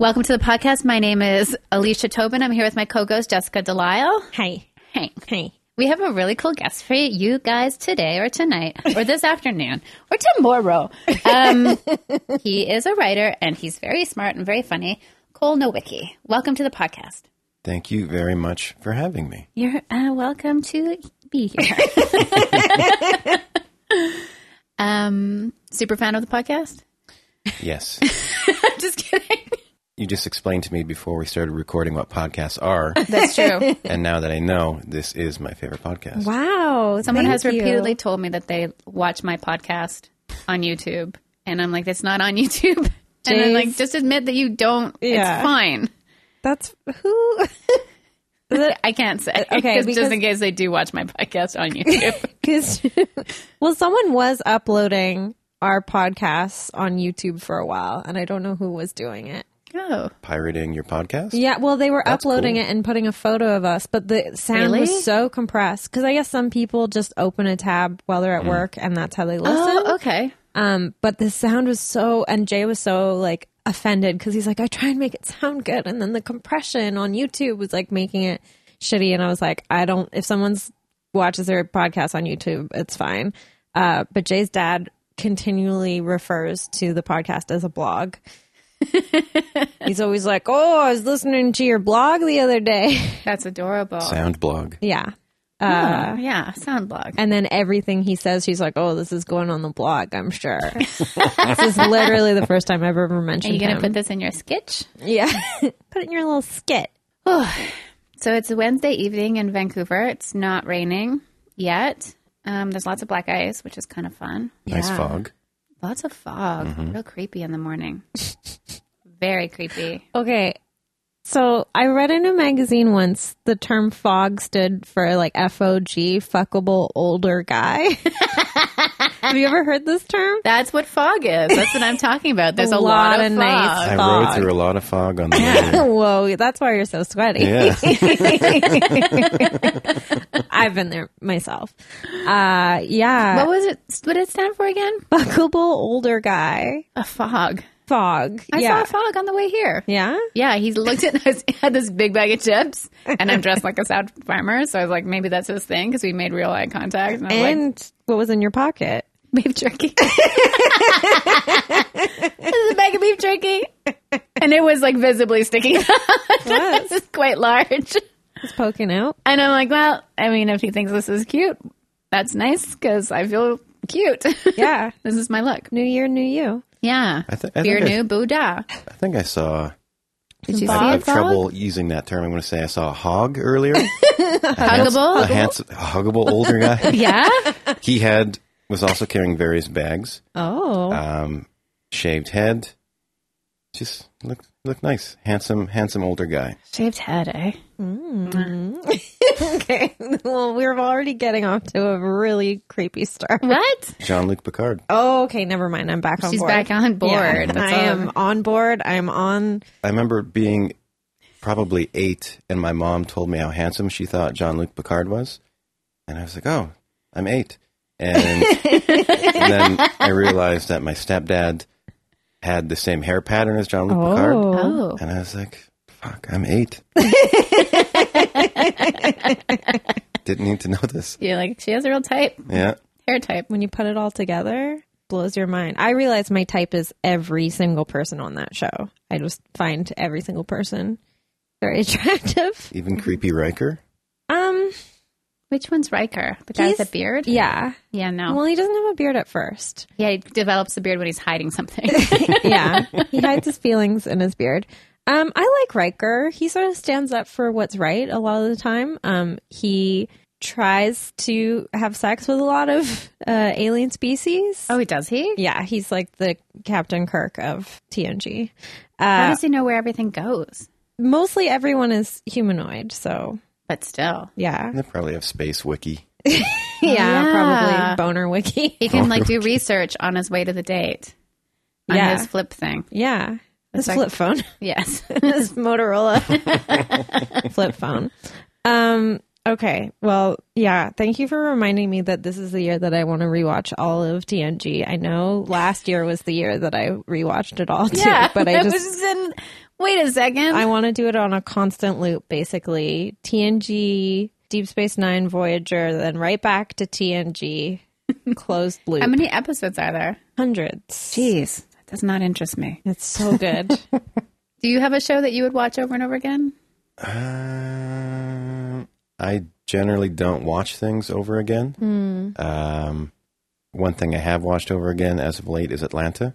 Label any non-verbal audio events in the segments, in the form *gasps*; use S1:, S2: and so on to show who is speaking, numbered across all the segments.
S1: Welcome to the podcast. My name is Alicia Tobin. I'm here with my co-host Jessica Delisle.
S2: Hi.
S1: Hey,
S2: Hi.
S1: we have a really cool guest for you guys today, or tonight, or this *laughs* afternoon, or tomorrow. Um, *laughs* he is a writer, and he's very smart and very funny. Cole Nowicki. Welcome to the podcast.
S3: Thank you very much for having me.
S1: You're uh, welcome to be here. *laughs* um, super fan of the podcast. *laughs*
S3: Yes.
S1: I'm just kidding.
S3: you just explained to me before we started recording what podcasts
S2: *laughs*
S3: are,
S1: That's true.
S3: and now that I know, this is my favorite podcast.
S2: Wow.
S1: Someone
S2: thank
S1: has
S2: you.
S1: repeatedly told me that they watch my podcast on YouTube, and I'm like, that's not on *laughs* YouTube. And I'm
S2: Jeez.
S1: like, just admit that you don't.
S2: Yeah.
S1: It's fine.
S2: That's who? *laughs*
S1: I can't say.
S2: Uh, Okay,
S1: *laughs* 'cause
S2: because-
S1: just in case they do watch my podcast on YouTube.
S2: *laughs* Because well, someone was uploading our podcasts on YouTube for a while, and I don't know who was doing it.
S1: oh,
S3: Pirating your podcast?
S2: Yeah, well, they were uploading
S3: cool.
S2: it and putting a photo of us, but the sound
S1: Really?
S2: was so compressed because I guess some people just open a tab while they're at work, and that's how they listen.
S1: Mm. oh, okay.
S2: Um, but the sound was so, and Jay was so like offended because he's like, I try and make it sound good, and then the compression on YouTube was like making it shitty, and I was like, I don't. If someone's watches their podcast on YouTube, it's fine. Uh, but Jay's dad continually refers to the podcast as a blog. he's always like, "Oh, I was listening to your blog the other day." *laughs*
S1: That's adorable.
S3: Sound blog.
S2: yeah.
S1: Oh, yeah, sound blog.
S2: uh, And then everything he says, he's like, "Oh, this is going on the blog, I'm sure." this is literally the first time I've ever
S1: Are
S2: mentioned
S1: you going to
S2: him.
S1: put this in your sketch?
S2: yeah, *laughs* put it in your little skit.
S1: So it's Wednesday evening in Vancouver. It's not raining yet. Um, there's lots of black ice, which is kind of fun.
S3: Nice
S2: Yeah.
S3: fog.
S1: Lots of fog. Real creepy in the *laughs* morning. Very creepy.
S2: Okay, so I read in a magazine once the term "fog" stood for like FOG, fuckable older guy. *laughs* Have you ever heard this term?
S1: That's what fog is. That's what I'm talking about. There's a, lot,
S2: lot
S1: of,
S2: of
S1: fog.
S2: nice
S3: I
S2: Fog.
S3: rode through a lot of fog on the
S2: *laughs*
S3: way.
S2: Whoa, that's why you're so sweaty.
S3: yeah.
S2: *laughs* I've been there myself. Uh, yeah,
S1: What was it? What did it stand for again?
S2: fuckable older guy.
S1: A fog.
S2: Fog.
S1: I
S2: yeah.
S1: saw a fog on the way here.
S2: yeah.
S1: Yeah, he looked at us, *laughs* had this big bag of chips, and I'm dressed like a South farmer. So I was like, maybe that's his thing because we made real eye contact. And I was like,
S2: And what was in your pocket?
S1: beef *laughs* jerky. this is a bag of beef jerky. And it was like visibly sticking out. *laughs*
S2: Was.
S1: it's quite large.
S2: It's poking
S1: *laughs*
S2: out.
S1: And I'm like, well, I mean, if he thinks this is cute, that's nice because I feel cute. *laughs*
S2: Yeah.
S1: this is my look.
S2: new year, new you.
S1: Yeah.
S3: I, th- I,
S1: Beer
S3: think I,
S1: new Buddha.
S3: I think I saw.
S1: Did you
S3: I
S1: see
S3: have
S1: it? *laughs* Bob?
S3: trouble using that term. I'm going to say I saw a hog
S2: *laughs*
S3: earlier. A
S1: Huggable?
S3: handsome, a huggable older
S2: *laughs*
S3: guy.
S1: Yeah.
S3: He had was also carrying various bags.
S2: Oh.
S3: Um, shaved head. Just look look nice, handsome, handsome older guy.
S1: Shaved head, eh?
S2: mm-hmm. *laughs* okay. Well, we we're already getting off to a really creepy start.
S1: What?
S3: Jean Luc Picard.
S2: Oh, okay. Never mind. I'm back on
S1: She's
S2: board.
S1: back on board.
S2: Yeah.
S1: That's
S2: I
S1: all.
S2: am on board. I'm on.
S3: I remember being probably eight, and my mom told me how handsome she thought Jean Luc Picard was, and I was like, "Oh, I'm eight. And, and then I realized that my stepdad had the same hair pattern as Jean Luc Picard,
S1: Oh.
S3: and I was like, "Fuck, I'm eight. Didn't need to know this.
S1: You're like, she has a real type,
S3: Yeah,
S1: hair type.
S2: When you put it all together, blows your mind. I realize my type is every single person on that show. I just find every single person very *laughs* attractive.
S3: even creepy Riker.
S2: Um.
S1: Which one's Riker? The guy with the
S2: He's-
S1: beard?
S2: Yeah.
S1: Yeah, no.
S2: Well, he doesn't have a beard at first.
S1: yeah, he develops the beard when he's hiding *laughs* something.
S2: yeah, he hides his feelings in his beard. Um, I like Riker. He sort of stands up for what's right a lot of the time. Um, he tries to have sex with a lot of uh, alien species.
S1: oh, does he?
S2: Yeah, he's like the Captain Kirk of TNG.
S1: How
S2: Uh,
S1: does he know where everything goes?
S2: mostly everyone is humanoid, so
S1: But still,
S2: yeah,
S3: They probably have space wiki.
S2: yeah,
S1: Yeah.
S2: probably boner wiki. *laughs*
S1: he can like do research on his way to the date on
S2: Yeah.
S1: his flip thing.
S2: yeah, This flip phone.
S1: *laughs* Yes.
S2: *laughs* this Motorola *laughs* flip phone. Um, okay. Well, yeah. Thank you for reminding me that this is the year that I want to rewatch all of TNG. I know last year was the year that I rewatched it all too,
S1: *laughs*
S2: but I just
S1: was in. Wait a second.
S2: I want to do it on a constant loop, basically. TNG, Deep Space Nine, Voyager, then right back to
S1: *laughs*
S2: TNG, closed loop.
S1: How many episodes are there?
S2: Hundreds.
S1: Jeez, that does not interest me.
S2: It's so
S1: *laughs*
S2: good.
S1: Do you have a show that you would watch over and over again?
S3: Um, I generally don't watch things over again. Um, one thing I have watched over again as of late is Atlanta.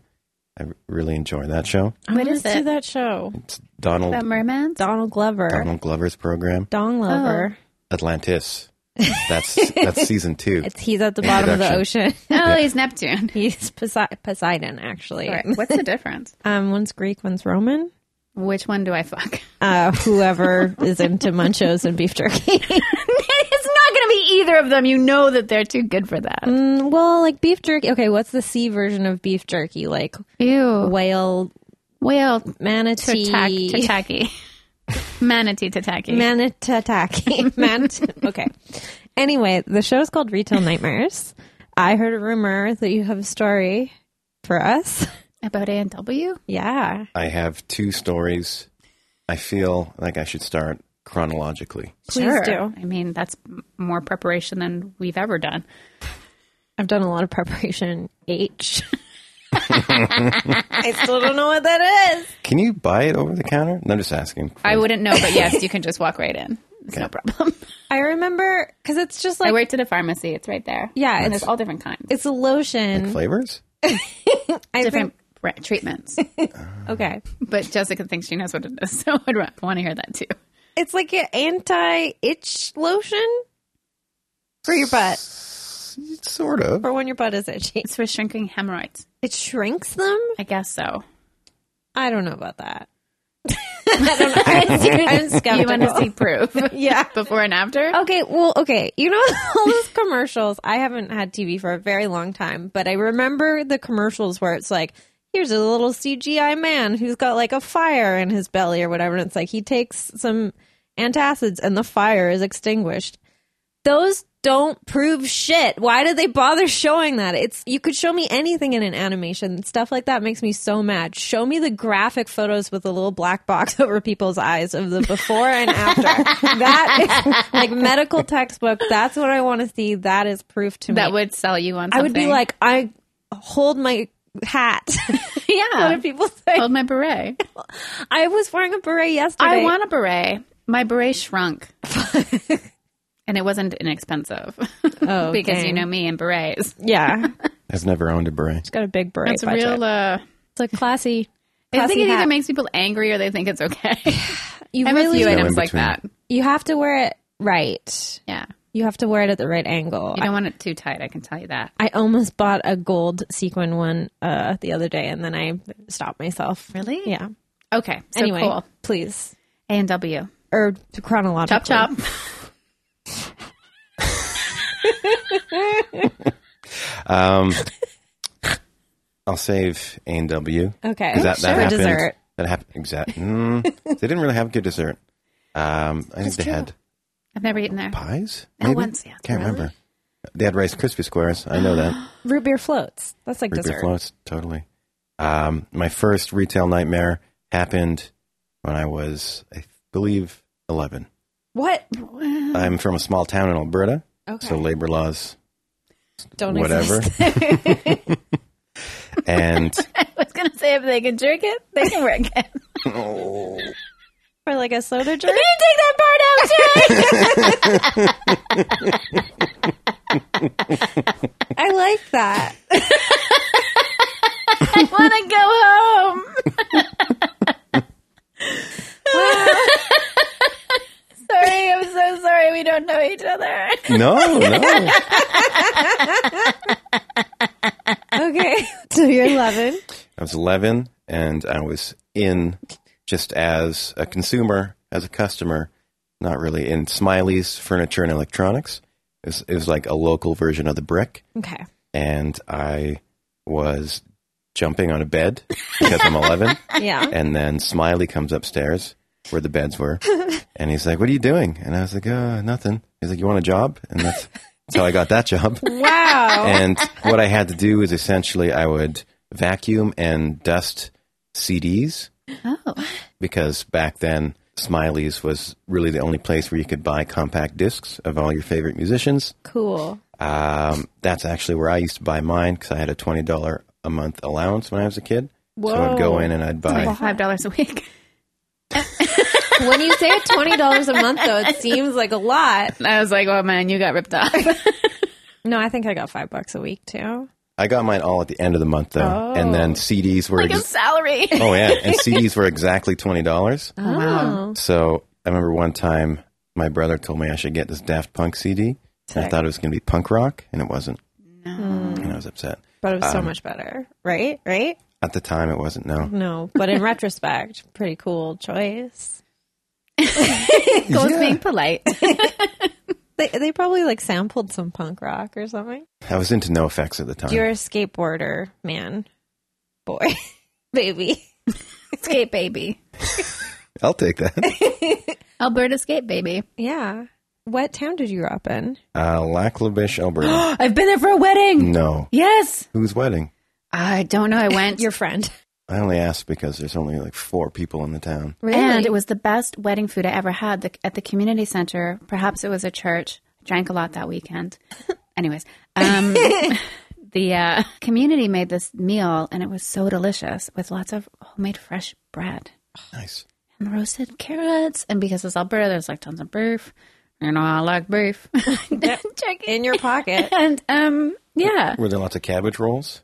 S3: I really enjoy that show.
S2: I
S1: What
S2: wanna
S1: is
S2: see
S1: it?
S2: that show.
S3: It's Donald
S1: About mermaids?
S2: Donald Glover.
S3: Donald Glover's program,
S2: Don
S1: Oh.
S2: Glover.
S3: Atlantis. That's that's season two.
S2: It's he's at the bottom of the
S3: Introduction.
S2: ocean. *laughs*
S1: Oh, he's Neptune.
S2: he's Posei- Poseidon, actually.
S1: All right, What's the difference?
S2: Um, one's Greek, one's Roman.
S1: Which one do I fuck? *laughs*
S2: *laughs* Uh, whoever is into munchos and beef jerky.
S1: it's not going to be either of them. You know that they're too good for that.
S2: *laughs* Mm, well, like beef jerky. Okay, what's the sea version of beef jerky? Like
S1: Ew.
S2: whale,
S1: Whale
S2: manatee,
S1: tataki. tataki. *laughs* Manatee tataki.
S2: manitataki, manat. Okay. Anyway, the show's called Retail Nightmares. I heard a rumor that you have a story for us.
S1: About A and W?
S2: Yeah.
S3: I have two stories. I feel like I should start chronologically.
S2: Please
S1: Sure.
S2: do.
S1: I mean, that's m- more preparation than we've ever done.
S2: I've done a lot of preparation. H. *laughs* I still don't know what that is.
S3: Can you buy it over the counter? No, I'm just asking.
S1: I wouldn't know, but yes, you can just walk right in. It's no problem.
S2: I remember because it's just like
S1: *laughs* I worked at a pharmacy. It's right there.
S2: Yeah,
S1: And
S2: it's-
S1: there's all different kinds,
S2: it's a lotion.
S3: Flavors?
S2: I
S1: different re- treatments.
S2: think- okay.
S1: *laughs* but Jessica thinks she knows what it is, *laughs* so I'd want to hear that too.
S2: It's like an anti itch lotion for your butt,
S3: Sort of.
S2: for when your butt is itchy.
S1: It's for shrinking hemorrhoids.
S2: It shrinks them.
S1: I guess so.
S2: I don't know about that. *laughs* I don't *laughs* know. I'm
S1: You want to
S2: skeptical.
S1: see *laughs* proof
S2: Yeah.
S1: before and after?
S2: *laughs* Okay, well, okay. You know *laughs* all those commercials. I haven't had TV for a very long time, but I remember the commercials where it's like, here's a little CGI man who's got like a fire in his belly or whatever, and it's like he takes some antacids and the fire is extinguished. Those don't prove shit. Why did they bother showing that? It's you could show me anything in an animation. Stuff like that makes me so mad. Show me the graphic photos with the little black box *laughs* over people's eyes of the before and after.
S1: *laughs*
S2: that is like medical textbook. That's what I want to see. That is proof to me.
S1: That would sell you on something.
S2: I would be like, I hold my hat. *laughs* what
S1: *laughs* yeah,
S2: do people say?
S1: hold my beret.
S2: I was wearing a beret yesterday.
S1: Oh. I want a beret. My beret shrunk. *laughs* And it wasn't inexpensive
S2: Oh,
S1: *laughs* because you
S2: dang.
S1: know me and berets.
S2: *laughs* Yeah,
S3: I've never owned a beret.
S2: got a big beret.
S1: It's
S2: budget.
S1: real. Uh,
S2: It's a classy.
S1: I think
S2: classy
S1: it either
S2: hat.
S1: makes people angry or they think it's *laughs* okay.
S2: you
S1: I have a
S2: really
S1: few
S3: No
S1: items
S3: in
S1: like
S3: between.
S1: that.
S2: you have to wear it right.
S1: Yeah,
S2: You have to wear it at the right angle.
S1: you don't want it too tight. I can tell you that.
S2: I almost bought a gold sequin one uh, the other day, and then I stopped myself.
S1: Really?
S2: Yeah.
S1: Okay. So
S2: anyway,
S1: cool.
S2: please
S1: A and W.
S2: or chronologically.
S1: Chop chop.
S2: *laughs*
S3: Um, I'll save A and W.
S2: Okay.
S3: 'Cause That, that
S2: Oh, sure.
S3: happened.
S2: Dessert.
S3: That happened. Exactly. Mm, they didn't really have good dessert. Um, I think they had
S1: I've never eaten there.
S3: pies.
S1: Oh,
S3: Maybe?
S1: once, yeah.
S3: Can't remember. They had Rice Krispie squares. I
S2: *gasps*
S3: know that.
S2: Root beer floats. That's like
S3: Root beer
S2: dessert.
S3: floats, totally. Um, my first retail nightmare happened when I was, I believe,
S2: *gasps*
S3: 11.
S2: What?
S3: I'm from a small town in Alberta,
S2: Okay.
S3: so labor laws,
S2: Don't
S3: whatever.
S2: exist.
S3: and
S1: *laughs*
S3: *laughs*
S1: I was gonna say if they can jerk it, they can *laughs* work it.
S3: oh,
S2: *laughs* Or like a soda
S1: *laughs*
S2: jerk.
S1: You take that *laughs* part out, Jay.
S2: I like that.
S1: I want to go home. *laughs* sorry, I'm so sorry. We don't know each other.
S3: no, no.
S2: *laughs* Okay. so you're 11.
S3: I was 11 and I was in just as a consumer, as a customer, not really in Smiley's Furniture and Electronics. It was, it was like a local version of the brick.
S2: Okay.
S3: And I was jumping on a bed because I'm 11.
S2: Yeah.
S1: *laughs*
S3: And then Smiley comes upstairs where the beds were, and he's like, "What are you doing?" And I was like, "Uh, nothing." He's like, "You want a job?" And that's, that's how I got that job.
S2: Wow.
S1: *laughs*
S3: And what I had to do is essentially I would vacuum and dust CDs
S1: Oh,
S3: because back then Smiley's was really the only place where you could buy compact discs of all your favorite musicians.
S2: cool.
S3: Um, that's actually where I used to buy mine because I had a twenty dollar a month allowance when I was a kid. So I'd go
S2: Whoa.
S3: in and I'd buy.
S1: five dollars a week. *laughs*
S2: When you say twenty dollars a month, though, it seems like a lot.
S1: I was like, oh man, you got ripped off. *laughs*
S2: No, I think I got five bucks a week too.
S3: I got mine all at the end of the month though, and then CDs
S1: Oh.
S3: were.
S1: like a *laughs*
S3: ex-
S1: salary.
S3: oh yeah, and CDs were exactly twenty dollars.
S2: Oh, wow.
S3: So I remember one time my brother told me I should get this Daft Punk CD. And I
S2: Sick.
S3: thought it was going to be punk rock, and it wasn't. And I was upset.
S2: but it was so much better, right? Right?
S3: At the time, it wasn't. No,
S2: No, but *laughs* in retrospect, pretty cool choice.
S1: Goes
S3: Yeah.
S1: being *laughs* polite.
S2: They they probably like sampled some punk rock or something.
S3: I was into No Effects at the time.
S2: You're a skateboarder, man, boy, *laughs* baby.
S1: Skate baby.
S3: I'll take that.
S2: *laughs*
S1: Alberta skate baby.
S2: Yeah. What town did you grow up in?
S3: Uh,
S2: *gasps*
S3: Laklabish, Alberta.
S1: *gasps* I've been there for a wedding.
S3: no,
S1: Yes.
S3: whose wedding?
S1: I don't know. I *laughs* went.
S2: Your friend.
S3: I only asked because there's only like four people in the town.
S2: Really? *laughs*
S1: And it was the best wedding food I ever had the, at the community center. Perhaps it was a church. I drank a lot that *laughs* weekend. Anyways, *laughs* um, the uh, community made this meal and it was so delicious with lots of homemade fresh bread
S3: Nice.
S1: and roasted carrots. And because it's Alberta, there's like tons of beef. You know, I like beef.
S2: *laughs*
S1: *laughs* Chicken.
S2: in your pocket.
S1: And um, yeah,
S3: Were there lots of cabbage rolls?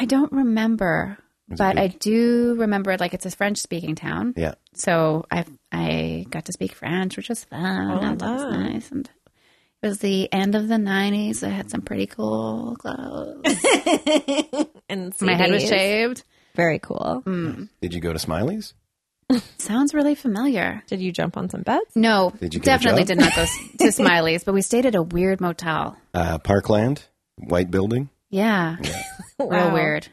S1: I don't remember, but I do remember like it's a French speaking town.
S3: Yeah.
S1: So I I got to speak French, which was fun. and that was nice. And it was the end of the nineties. I had some pretty cool clothes.
S2: And
S1: My head was
S2: CDs.
S1: shaved.
S2: Very cool.
S3: Did you go to Smiley's?
S1: Sounds really familiar.
S2: Did you jump on some beds?
S1: No,
S3: Did you get a
S1: definitely
S3: job?
S1: did not go
S3: *laughs*
S1: s- to Smiley's, but we stayed at a weird motel.
S3: Uh, Parkland, white building.
S1: Yeah, real weird.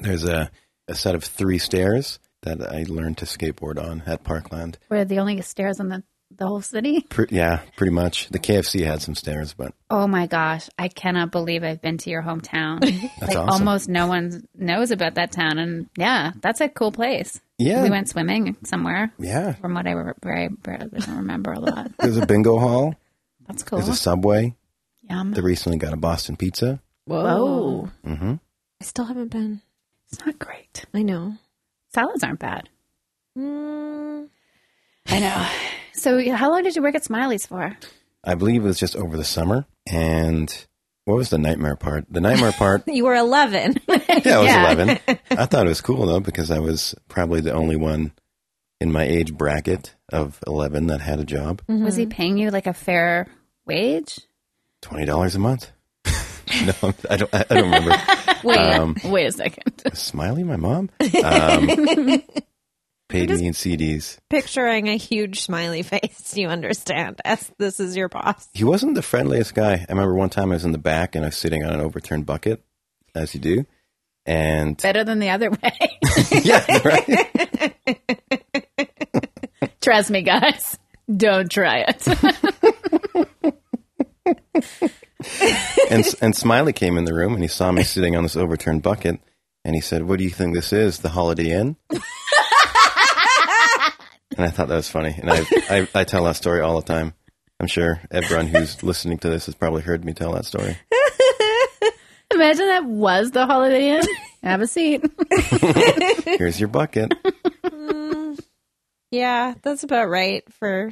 S3: There's a, a set of three stairs that I learned to skateboard on at Parkland.
S1: We're the only stairs in the the whole city.
S3: Pre- yeah, pretty much. The KFC had some stairs, but
S1: Oh my gosh, I cannot believe I've been to your *laughs* hometown. like
S3: awesome.
S1: almost no one knows about that town, and yeah, that's a cool place.
S3: yeah,
S1: We went swimming somewhere.
S3: yeah.
S1: From what I, re- very, very, I don't remember a lot.
S3: There's a bingo *laughs* hall.
S1: That's cool.
S3: There's a subway.
S1: Yum.
S3: They recently got a Boston pizza.
S2: Whoa.
S1: Whoa.
S3: hmm
S2: I still haven't been.
S1: It's not great.
S2: I know.
S1: Salads aren't bad.
S2: Mm,
S1: I know. So, how long did you work at Smiley's for?
S3: I believe it was just over the summer. And what was the nightmare part? The nightmare part
S1: *laughs*
S2: you were 11.
S3: Yeah, I was
S1: Yeah. *laughs*
S3: 11. I thought it was cool though because I was probably the only one in my age bracket of 11 that had a job.
S1: Was he paying you like a fair wage?
S3: Twenty dollars a month. *laughs* no, I don't. I don't remember.
S1: *laughs* Wait,
S3: Um,
S1: *laughs* wait a second.
S3: Was Smiley, my mom, um, paid me in CDs.
S2: *laughs* Picturing a huge smiley face, you understand, as this is your boss.
S3: He wasn't the friendliest guy. I remember one time I was in the back and I was sitting on an overturned bucket, as you do, and
S1: *laughs*
S3: *laughs*
S1: Better than the other way.
S3: yeah, right.
S1: *laughs* Trust me, guys. Don't try it.
S3: and and Smiley came in the room and he saw me sitting on this overturned bucket and he said, "What do you think this is? The Holiday Inn?" and I thought that was funny, and I, I I tell that story all the time. I'm sure everyone who's listening to this has probably heard me tell that story.
S1: *laughs* Imagine that was the Holiday *laughs* Inn. Have a seat.
S3: Here's your bucket.
S2: Yeah, that's about right for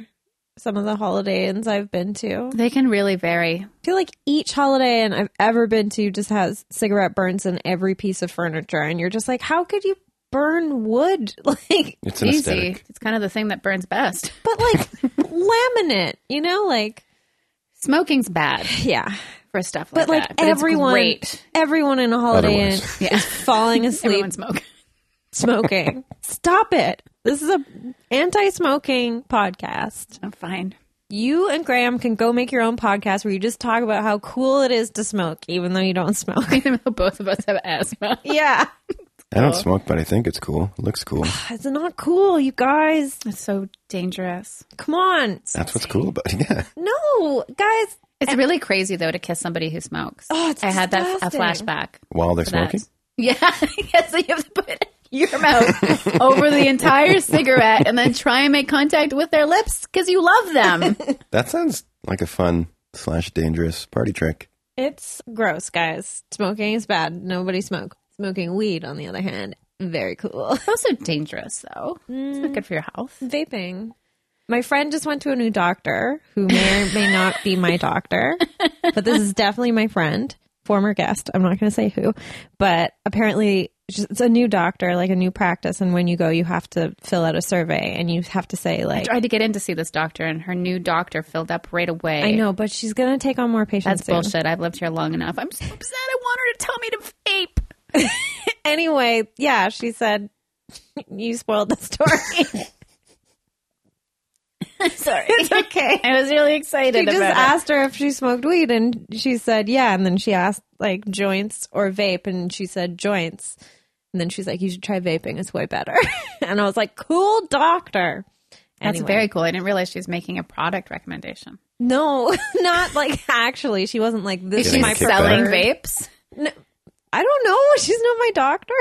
S2: some of the holiday inns I've been to.
S1: They can really vary.
S2: I feel like each holiday inn I've ever been to just has cigarette burns in every piece of furniture, and you're just like, how could you burn wood? *laughs* Like,
S3: It's an
S1: Easy.
S3: aesthetic.
S1: It's kind of the thing that burns best.
S2: but like laminate, you know, like
S1: Smoking's bad
S2: yeah.
S1: for stuff like
S2: But like
S1: that. it's
S2: everyone,
S1: great.
S2: everyone in a holiday inn
S3: Otherwise.
S1: Yeah.
S2: is falling asleep
S1: everyone smoke. *laughs*
S2: smoking. Stop it! This is a anti-smoking podcast.
S1: I'm fine. *laughs*
S2: You and Graham can go make your own podcast where you just talk about how cool it is to smoke, even though you don't *laughs* smoke.
S1: Even though both of us have asthma.
S2: Yeah.
S3: I don't smoke, but I think it's cool. It looks cool.
S2: *sighs* It's not cool, you guys.
S1: It's so dangerous.
S2: Come on.
S3: That's what's cool about it. *laughs* Yeah.
S2: No, guys.
S1: It's really crazy though to kiss somebody who smokes.
S2: Oh, it's
S1: I had that a
S2: disgusting.
S1: flashback.
S3: While they're
S1: for that.
S3: smoking?
S1: *laughs* Yeah, yes. So you have to put your
S3: *laughs*
S1: mouth over the entire cigarette and then try and make contact with their lips because you love
S2: *laughs*
S1: them.
S3: That sounds like a fun slash dangerous party trick.
S2: It's gross, guys. Smoking is bad. Nobody smoke. Smoking weed, on the other hand, very cool. *laughs*
S1: It's also dangerous though. It's not good for your health.
S2: Vaping. My friend just went to a new doctor who may or may not be
S1: *laughs*
S2: my doctor, but this is definitely my friend, former guest. I'm not going to say who, but apparently just- it's a new doctor, like a new practice. And when you go, you have to fill out a survey and you have to say, like,
S1: Tried to get in to see this doctor, and her new doctor filled up right away.
S2: I know, but she's going to take on more patients.
S1: That's
S2: soon.
S1: bullshit. I've lived here long enough. I'm so upset. I want her to tell me to vape.
S2: Anyway, yeah, she said, *laughs* you spoiled the story. *laughs*
S1: Sorry.
S2: it's okay.
S1: I was really excited
S2: She just
S1: about it.
S2: asked her if she smoked weed, and she said yeah. And then she asked like joints or vape, and she said joints. And then she's like, "You should try vaping; it's way better." *laughs* and I was like, "Cool, doctor."
S1: That's
S2: Anyway.
S1: very cool. I didn't realize she was making a product recommendation.
S2: no, *laughs* not like actually. She wasn't like this.
S3: Is
S2: Is
S3: she
S2: my
S3: kickback? selling
S2: preferred.
S1: vapes.
S2: I don't know. *laughs* She's not my doctor.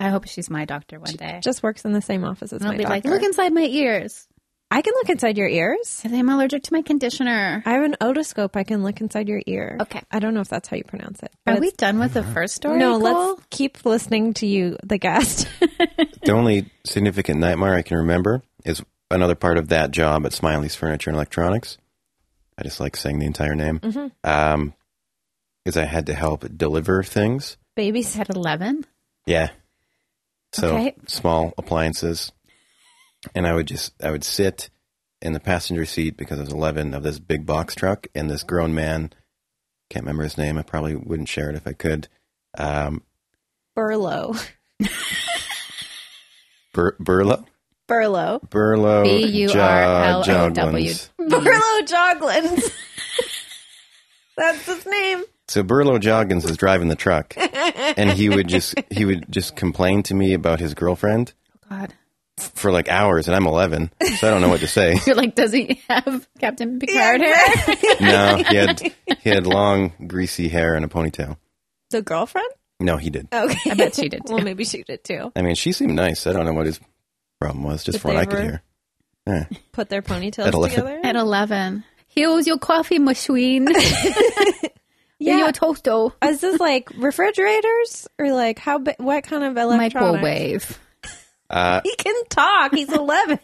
S1: I hope she's my doctor one day.
S2: Just works in the same office as
S1: I'll
S2: my
S1: be like,
S2: doctor.
S1: look inside my ears.
S2: I can look inside your ears.
S1: I'm allergic to my conditioner.
S2: I have an otoscope. I can look inside your ear.
S1: Okay.
S2: I don't know if that's how you pronounce it. but
S1: Are we done with the first story?
S2: No,
S1: Cole?
S2: let's keep listening to you, the guest. *laughs*
S3: The only significant nightmare I can remember is another part of that job at Smiley's Furniture and Electronics. I just like saying the entire name. Because I had to help deliver things.
S2: Babies.
S1: It's at 11.
S3: Yeah. So
S1: Okay.
S3: small appliances. And I would just, I would sit in the passenger seat because I was 11 of this big box truck and this grown man, can't remember his name. I probably wouldn't share it if I could. Um,
S2: *laughs* Burlow.
S3: Bur- Burlo?
S2: Burlow.
S3: Burlo.
S1: B-U-R-L-O-W.
S3: Jogwins.
S1: Oh,
S2: Hmm. Burlow *laughs* Joglins. That's his name.
S3: So Burlo Joggins is driving
S2: *laughs*
S3: the truck, and he would just he would just complain to me about his girlfriend
S1: God.
S3: f- for like hours, and I'm 11, so I don't know what
S2: *laughs*
S3: to say.
S1: You're like, does he have Captain Picard hair?
S3: No, he had he had long, greasy hair and a ponytail.
S2: The girlfriend?
S3: No, he did.
S2: Okay.
S1: I bet she did,
S2: well, maybe she did too.
S3: I mean, she seemed nice. I don't know what his problem was, just
S2: But
S3: from what
S2: they
S3: I could
S2: were-
S3: hear.
S2: Put their
S3: At
S2: ponytails
S3: eleven.
S2: together.
S1: At 11. Here's your coffee *laughs* machine. yeah. Your toaster.
S2: *laughs* Is this like refrigerators or like how? Bi- what kind of electronics?
S1: Microwave.
S3: Uh,
S2: He can talk. *laughs* He's eleven.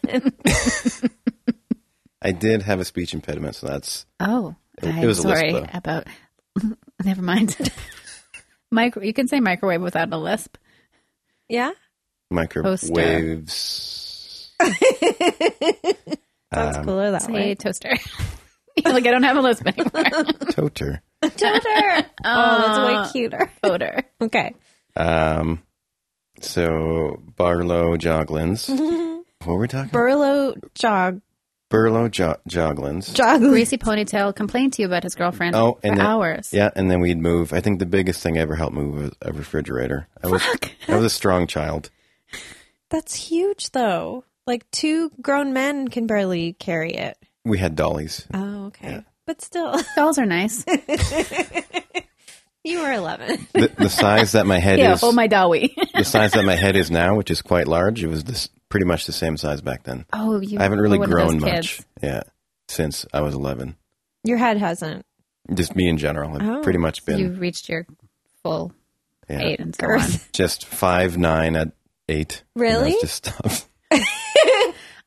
S3: I did have a speech impediment, so that's
S1: Oh,
S3: It- it
S1: I'm
S3: was a lisp,
S1: sorry
S3: though.
S1: about. *laughs* Never mind. *laughs* Micro, you can say microwave without a lisp.
S2: yeah. uh,
S3: microwaves.
S2: Sounds
S3: Um,
S2: cooler that
S1: Say
S2: way.
S1: toaster. *laughs* You're like I don't have a lisp *laughs* anymore.
S3: Toter.
S2: Toter. *laughs* oh, that's way cuter.
S1: Toaster.
S2: Okay.
S3: Um, so
S1: *laughs*
S3: Barlow Joglins. what were we talking? about?
S2: Burlow jog
S3: Burlo jo- Joglins.
S2: joglins.
S1: Greasy ponytail complained to you about his girlfriend
S3: Oh, and
S1: for
S3: then-
S1: hours.
S3: yeah, and then we'd move. I think the biggest thing I ever helped move was a refrigerator. I was I was a strong child.
S2: That's huge though. Like two grown men can barely carry it.
S3: We had dollies.
S2: Oh, okay. But still, *laughs*
S1: Dolls are nice.
S2: you were 11.
S3: The, the size that my head
S1: *laughs* yeah,
S3: is
S1: oh my dolly.
S3: the size that my head is now, which is quite large. It was this pretty much the same size back then.
S1: oh, you.
S3: I haven't really
S1: were one of those
S3: grown
S1: kids.
S3: much. Yeah, since I was 11.
S2: *laughs* Your head hasn't.
S3: Just me in general. I've
S2: Oh.
S3: pretty much
S1: You
S3: been
S1: reached your full
S3: yeah,
S1: eight and so on.
S2: Girth.
S3: just five nine at eight. And that's
S2: Really?
S3: just tough.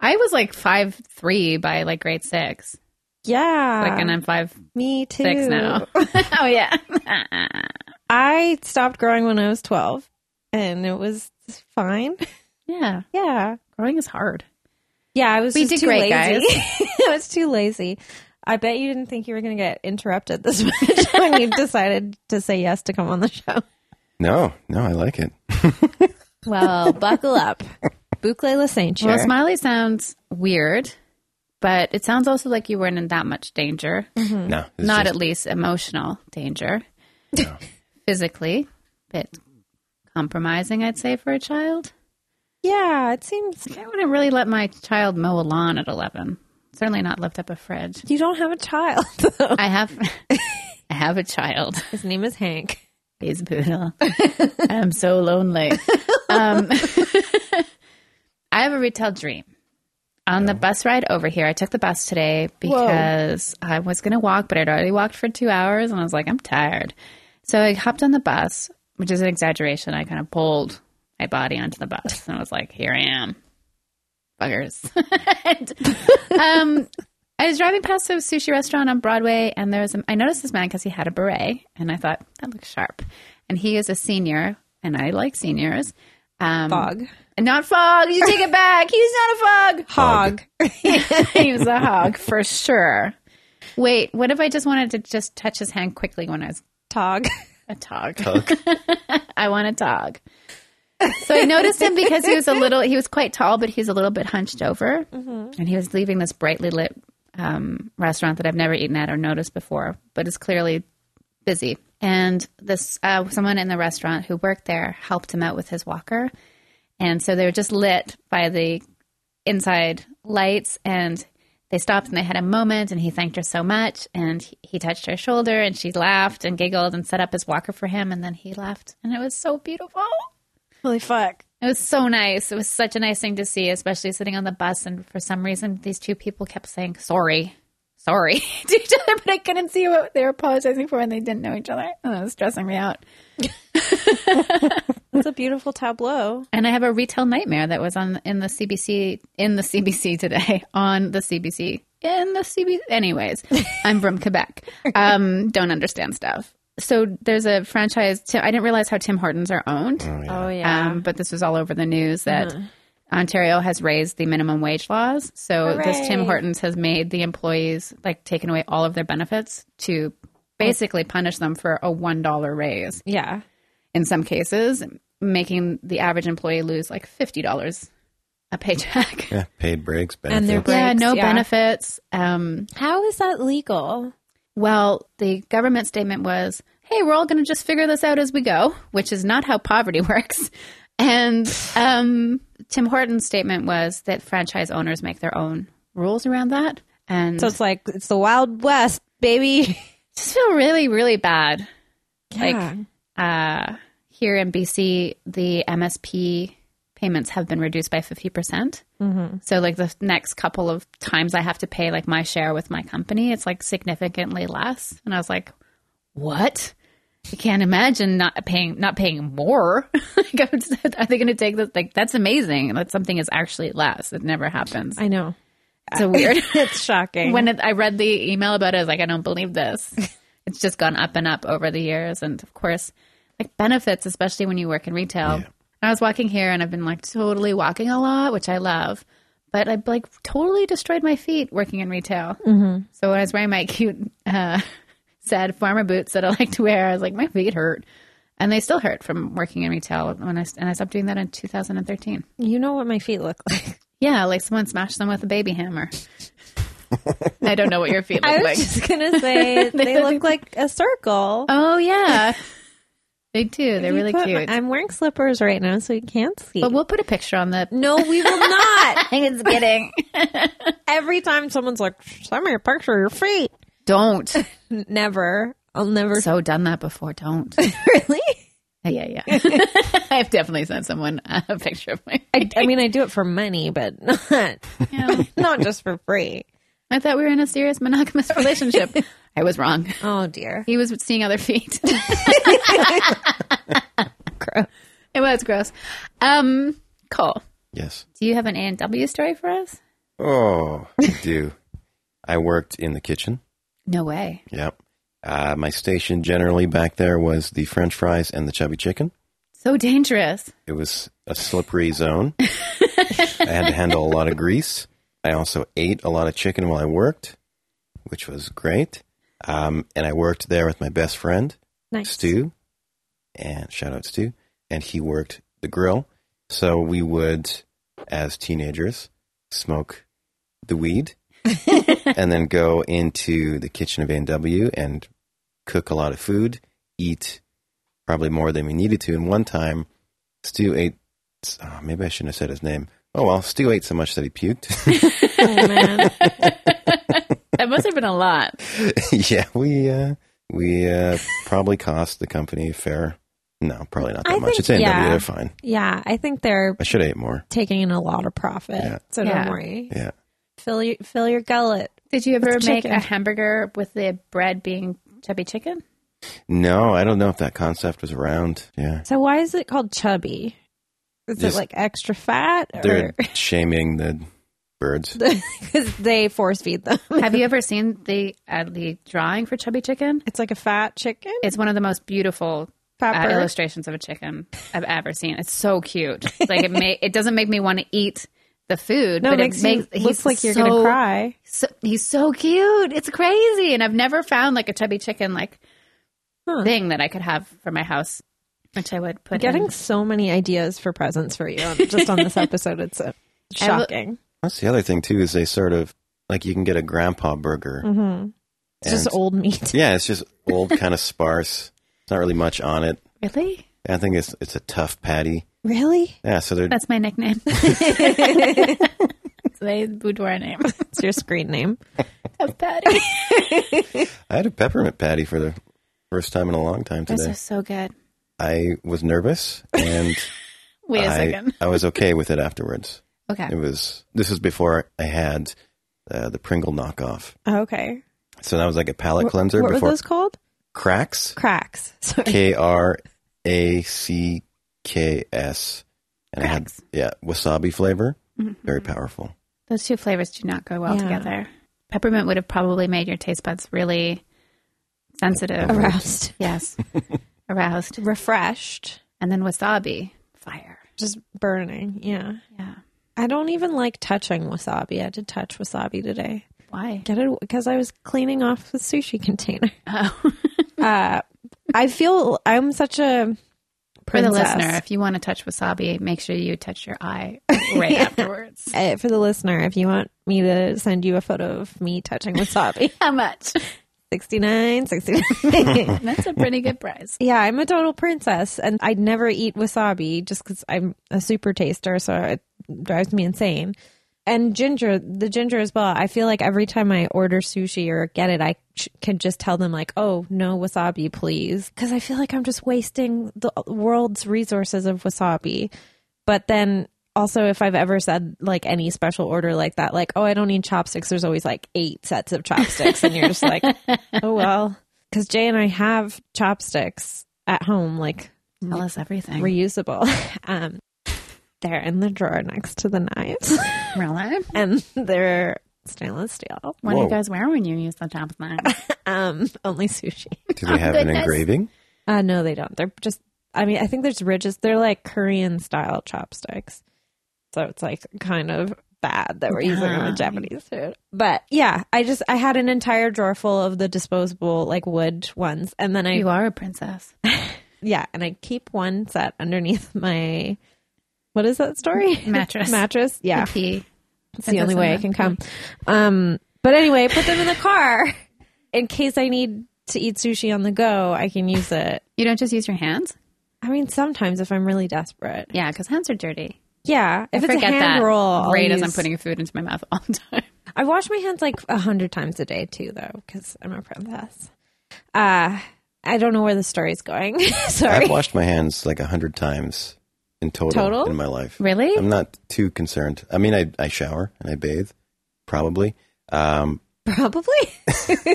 S1: I was like five three by like grade six.
S2: Yeah.
S1: Like, and
S2: Ah,
S1: I'm five
S2: me too.
S1: six now. oh yeah.
S2: *laughs*
S1: *laughs*
S2: I stopped growing when I was 12 and it was fine. *laughs*
S1: yeah.
S2: Yeah.
S1: Growing is hard.
S2: Yeah, I was
S1: We
S2: just
S1: did
S2: too *laughs*
S1: great,
S2: lazy. I was too lazy. I bet you didn't think you were going to get interrupted this *laughs* much when you decided to say yes to come on the show.
S3: No, no, I like it.
S1: *laughs*
S2: Well, buckle up. Boucle La Saint
S1: Well, Smiley sounds weird, but it sounds also like you weren't in that much
S2: *laughs*
S1: danger.
S2: Hmm.
S3: No, it's
S1: Not *laughs*
S3: just-
S1: at least emotional danger. Physically, bit compromising, I'd say, for a child.
S2: Yeah, it seems
S1: I wouldn't really let my child mow a lawn at 11. Certainly not lift up a fridge.
S2: you don't have a child. *laughs*
S1: I have, *laughs* I have a child.
S2: His name is Hank.
S1: He's a poodle. I'm so lonely. Um, *laughs* I have a retail dream. On the bus ride over here, I took the bus today because I was going to walk, but I'd already walked for two hours and I was like, I'm tired. So I hopped on the bus, which is an exaggeration. I kind of pulled my body onto the bus and I was like, here I am. Buggers. *laughs* and, um, I was driving past a sushi restaurant on Broadway, and there was a, I noticed this man because he had a beret, and I thought that looks sharp. And he is a senior, and I like seniors. Um,
S2: Fog.
S1: not fog. You take it back. He's not a fog.
S2: Hog.
S1: *laughs* he was a hog for sure. Wait, what if I just wanted to just touch his hand quickly when I was
S2: Tog. *laughs*
S1: a tog. *laughs* I want a tog. So I noticed him because he was a little, he was quite tall, but he was a little bit hunched over. And he was leaving this brightly lit um, restaurant that I've never eaten at or noticed before, but is clearly busy. And this, uh, someone in the restaurant who worked there helped him out with his walker. And so they were just lit by the inside lights and they stopped and they had a moment and he thanked her so much and he, he touched her shoulder and she laughed and giggled and set up his walker for him and then he left and it was so beautiful.
S2: Holy fuck.
S1: It was so nice. It was such a nice thing to see, especially sitting on the bus and for some reason these two people kept saying sorry. Sorry *laughs* to each other, but I couldn't see what they were apologizing for and they didn't know each other. And it was stressing me out.
S2: It's a beautiful tableau.
S1: And I have a retail nightmare that was on in the CBC in the CBC today *laughs* on the CBC in the CBC. Anyways, I'm from Quebec. Um, don't understand stuff. So there's a franchise. Ti- I didn't realize how Tim Hortons are owned.
S2: Oh yeah.
S1: Um, but this was all over the news that Ontario has raised the minimum wage laws. So this Tim
S2: Hooray.
S1: Hortons has made the employees like taken away all of their benefits to basically punish them for a one dollar raise
S2: yeah.
S1: in some cases, making the average employee lose like fifty dollars a paycheck. *laughs*
S3: Yeah, paid breaks,
S2: And they're
S3: benefits.
S1: yeah,
S2: Breaks,
S1: no
S2: yeah.
S1: benefits. Um,
S2: How is that legal?
S1: well, the government statement was, "Hey, we're all going to just figure this out as we go," which is not how poverty *laughs* works. And um, Tim Horton's statement was that franchise owners make their own rules around that, and
S2: So it's like it's the Wild West, baby. *laughs*
S1: just feel really, really bad.
S2: Yeah.
S1: uh, here in BC, the MSP payments have been reduced by 50%. Mm-hmm. So, like the next couple of times I have to pay like my share with my company, it's like significantly less. And I was like, what? I can't imagine not paying not paying more. *laughs* like, I'm just, are they going to take this? Like, that's amazing. That something is actually less. It never happens.
S2: I know.
S1: It's so weird.
S2: It's shocking.
S1: when it, I read the email about it, I was like, I don't believe this. it's just gone up and up over the years, and of course, like benefits, especially when you work in retail. I was walking here, and I've been like totally walking a lot, which I love. But I like totally destroyed my feet working in retail. Mm-hmm. So when I was wearing my *laughs* cute, uh, sad farmer boots that I like to wear, I was like, my feet hurt, and they still hurt from working in retail. When I and I stopped doing that in 2013.
S2: you know what my feet look like.
S1: Yeah, like someone smashed them with a baby hammer. I don't know what your feet
S2: *laughs* *laughs* I
S1: look
S2: was
S1: like.
S2: just gonna *laughs* say they look like a circle.
S1: Oh yeah, they do. They're
S2: You
S1: really
S2: put
S1: cute.
S2: my- I'm wearing slippers right now, so you can't see.
S1: but we'll put a picture on the.
S2: no, we will
S1: *laughs*
S2: not.
S1: I'm just kidding.
S2: *laughs* Every time someone's like, "Show me a picture of your feet,"
S1: Don't.
S2: N- never. I'll never.
S1: So done that before. Don't.
S2: *laughs* really?
S1: Yeah, yeah. *laughs* I've definitely sent someone a picture of my. *laughs*
S2: I, I mean, I do it for money, but not
S1: Yeah.
S2: *laughs* not just for free.
S1: I thought we were in a serious monogamous *laughs* relationship. I was wrong.
S2: Oh
S1: *laughs*
S2: dear.
S1: He was seeing other feet. *laughs*
S2: Gross.
S1: It was gross. Um, Cole,
S3: Yes.
S1: do you have an A and W story for us?
S3: Oh, I do.
S2: *laughs*
S3: I worked in the kitchen.
S1: No way.
S3: Yep. Uh, my station generally back there was the French fries and the chubby chicken.
S1: So dangerous.
S3: It was a slippery zone. I had to handle a lot of grease. I also ate a lot of chicken while I worked, which was great. Um, and I worked there with my best friend,
S2: Nice.
S3: Stu, and shout out Stu, and he worked the grill. So we would, as teenagers, smoke
S2: *laughs*
S3: the weed and then go into the kitchen of A&W and cook a lot of food, eat probably more than we needed to. And one time Stu ate. Oh, maybe I shouldn't have said his name. Oh well, Stu ate so much that
S2: *laughs*
S3: he puked. *laughs*
S2: Oh, man.
S1: That must have been a lot.
S3: yeah, we uh, we uh, probably cost the company a fair. No, probably not that
S2: I
S3: much.
S2: think-
S3: it's A&W.
S2: yeah.
S3: They're fine.
S2: yeah, I think they're
S3: I should have ate more.
S2: taking in a lot of profit.
S3: Yeah.
S2: So
S1: Yeah.
S2: don't worry.
S3: Yeah.
S2: Fill your fill your gullet.
S1: Did you ever
S2: With
S1: make a
S2: chicken.
S1: hamburger with the bread being chubby chicken?
S3: No, I don't know if that concept was around. Yeah.
S2: So why is it called chubby? Is
S3: Just-
S2: it like extra fat
S3: They're
S2: *laughs* or
S1: *laughs*
S3: shaming the birds.
S2: because they force feed them? *laughs*
S1: Have you ever seen the uh, the drawing for chubby chicken?
S2: It's like a fat chicken.
S1: It's one of the most beautiful uh,
S2: Pepper.
S1: illustrations of a chicken I've ever seen. It's so cute. Like it may, it doesn't make me want to eat the food,
S2: no,
S1: but
S2: it makes,
S1: it makes
S2: you
S1: he's
S2: looks like you're
S1: so-
S2: gonna cry.
S1: so- he's so cute. It's crazy, and I've never found like a chubby chicken like
S2: Huh.
S1: thing that I could have for my house, which I would put.
S2: Getting
S1: in.
S2: so many ideas for presents for you on- just on
S1: *laughs*
S2: this episode. It's uh,
S1: I will-
S2: shocking.
S3: That's the other thing too is they sort of like you can get a grandpa burger.
S1: Mm-hmm.
S2: hmm It's just
S3: and-
S2: old meat. *laughs*
S3: Yeah, it's just old, kind of sparse. It's not really much on it.
S1: really.
S3: I think it's it's a tough patty.
S2: Really?
S3: Yeah, so they're
S1: That's my *laughs* nickname. It's my boudoir name.
S2: It's your screen name.
S1: Tough patty.
S3: I had a peppermint patty for the first time in a long time
S1: Those
S3: today.
S1: are so good.
S3: I was nervous and
S1: Wait a
S3: I,
S1: second.
S3: I was okay with it afterwards.
S1: Okay.
S3: It was this was before I had uh, the Pringle knockoff,
S2: Oh, *laughs* okay.
S3: so that was like a palate
S2: What-
S3: cleanser
S2: What
S3: before
S2: were those called?
S3: cracks
S2: Cracks. *laughs* Sorry.
S3: K R A C K S, and
S1: Cracks.
S3: I had yeah wasabi flavor,
S1: Mhm.
S3: very
S1: *laughs*
S3: powerful.
S1: Those two flavors do not go well
S2: Yeah.
S1: together. Peppermint would have probably made your taste buds really sensitive.
S2: Aroused.
S3: Aroused. *laughs*
S1: Yes. Aroused.
S2: Refreshed.
S1: And then wasabi, fire.
S2: Just burning. Yeah.
S1: Yeah.
S2: I don't even like touching wasabi. I did touch wasabi today.
S1: Why?
S2: Get it? Because I was cleaning off the sushi *laughs* container.
S1: Oh.
S2: Uh, I feel I'm such a
S1: For the
S2: princess.
S1: listener, if you want to touch wasabi, make sure you touch your eye right *laughs* afterwards.
S2: Uh, for the listener, if you want me to send you a photo of me touching wasabi, *laughs*
S1: How much?
S2: 69, 69.
S1: That's a pretty good price.
S2: yeah, I'm a total princess, and I'd never eat wasabi just because I'm a super taster, so it drives me insane. And ginger, the ginger as well. I feel like every time I order sushi or get it, I ch- can just tell them like, "Oh, no wasabi, please," because I feel like I'm just wasting the world's resources of wasabi. But then also, if I've ever said like any special order like that, like, oh, I don't need chopsticks, there's always like eight sets of chopsticks. and you're just like, oh, well. Because Jay and I have chopsticks at home, like
S1: Tell us everything.
S2: reusable. *laughs* Um, they're in the drawer next to the knives, *laughs*
S1: really?
S2: and they're stainless steel.
S1: What do you
S3: Whoa.
S1: guys wear when you use the top *laughs* knife?
S2: Um, only sushi.
S3: Do they have an
S1: goodness.
S3: engraving?
S2: Uh, no, they don't. They're just, I mean, I think there's ridges. They're like Korean style chopsticks. So it's like kind of bad that we're using them
S1: Yeah.
S2: in Japanese food. But yeah, I just, I had an entire drawer full of the disposable like wood ones. And then I,
S1: You are a princess.
S2: yeah, and I keep one set underneath *laughs* my, what is that story? *laughs*
S1: Mattress.
S2: Mattress.
S3: Ah.
S2: Yeah.
S1: Pee.
S2: It's the
S1: That
S2: only
S1: doesn't
S2: way I
S1: matter.
S2: can come. Um, but anyway, put them in the car in case I need to eat sushi on the go. I can use it.
S1: You don't just use your hands?
S2: I mean, sometimes if I'm really desperate.
S1: Yeah, because hands are dirty.
S2: Yeah, if it's
S1: I
S2: a
S1: forget
S2: hand
S1: that
S2: roll, I'll
S1: right as
S2: use-
S1: I'm putting food into my mouth all the time.
S2: I wash my hands like a hundred times a day too, though, because I'm a princess. Uh, I don't know where the story's going. *laughs* Sorry.
S3: I've washed my hands like a hundred times in total,
S2: Total?
S3: in my life.
S1: Really?
S3: I'm not too concerned. I mean, I, I shower and I bathe, probably, um,
S2: Probably.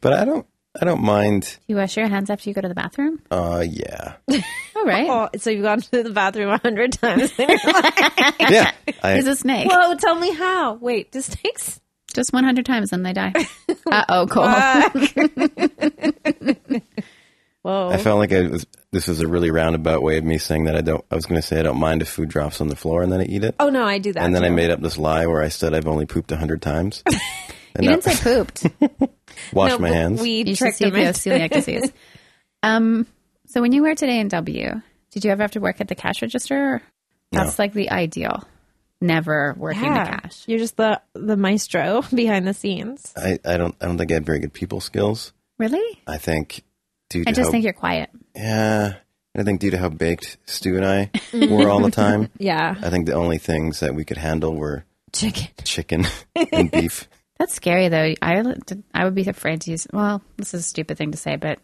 S3: but I don't I don't mind.
S1: *laughs* you wash your hands after you go to the bathroom?
S3: Uh,
S1: *laughs*
S3: yeah,
S1: All right.
S2: Oh, so you've gone to the bathroom a hundred *laughs* times. in your life.
S3: yeah.
S1: He's
S3: I,
S2: *laughs*
S1: a snake.
S2: Whoa! Tell me how. Wait, just takes.
S1: Just 100 times and they *laughs* die. Uh oh, Cole.
S2: Whoa!
S3: I felt like I was. This was a really roundabout way of me saying that I don't. I was going to say I don't mind if food drops on the floor and then I eat it,
S2: oh no, I do that.
S3: and then I
S2: too.
S3: made up this lie where I said I've only pooped a hundred times. And
S1: you
S3: now-
S1: didn't
S3: *laughs*
S1: say pooped.
S3: wash
S2: No,
S3: my
S2: but
S3: hands.
S2: We
S1: You should
S2: tricked
S1: see if
S2: him
S1: you have
S2: into
S1: *laughs* celiac disease. Um, so when you were today in W, did you ever have to work at the cash register?
S3: No.
S1: That's like the ideal. Never working the cash.
S2: You're just the the maestro *laughs* behind the scenes.
S3: I, I don't I don't think I had very good people skills.
S1: Really?
S3: I think due to
S1: I just
S3: how-
S1: think you're quiet.
S3: yeah, And I think due to how baked Stu and I were all the time,
S2: Yeah.
S3: I think the only things that we could handle were
S2: *laughs* Chicken.
S3: chicken and beef.
S1: That's scary though. I did- I would be afraid to use. Well, this is a stupid thing to say, but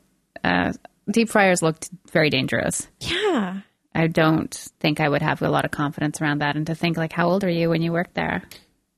S1: uh, deep fryers looked very dangerous.
S2: Yeah.
S1: I don't think I would have a lot of confidence around that. And to think, like, how old are you when you worked there?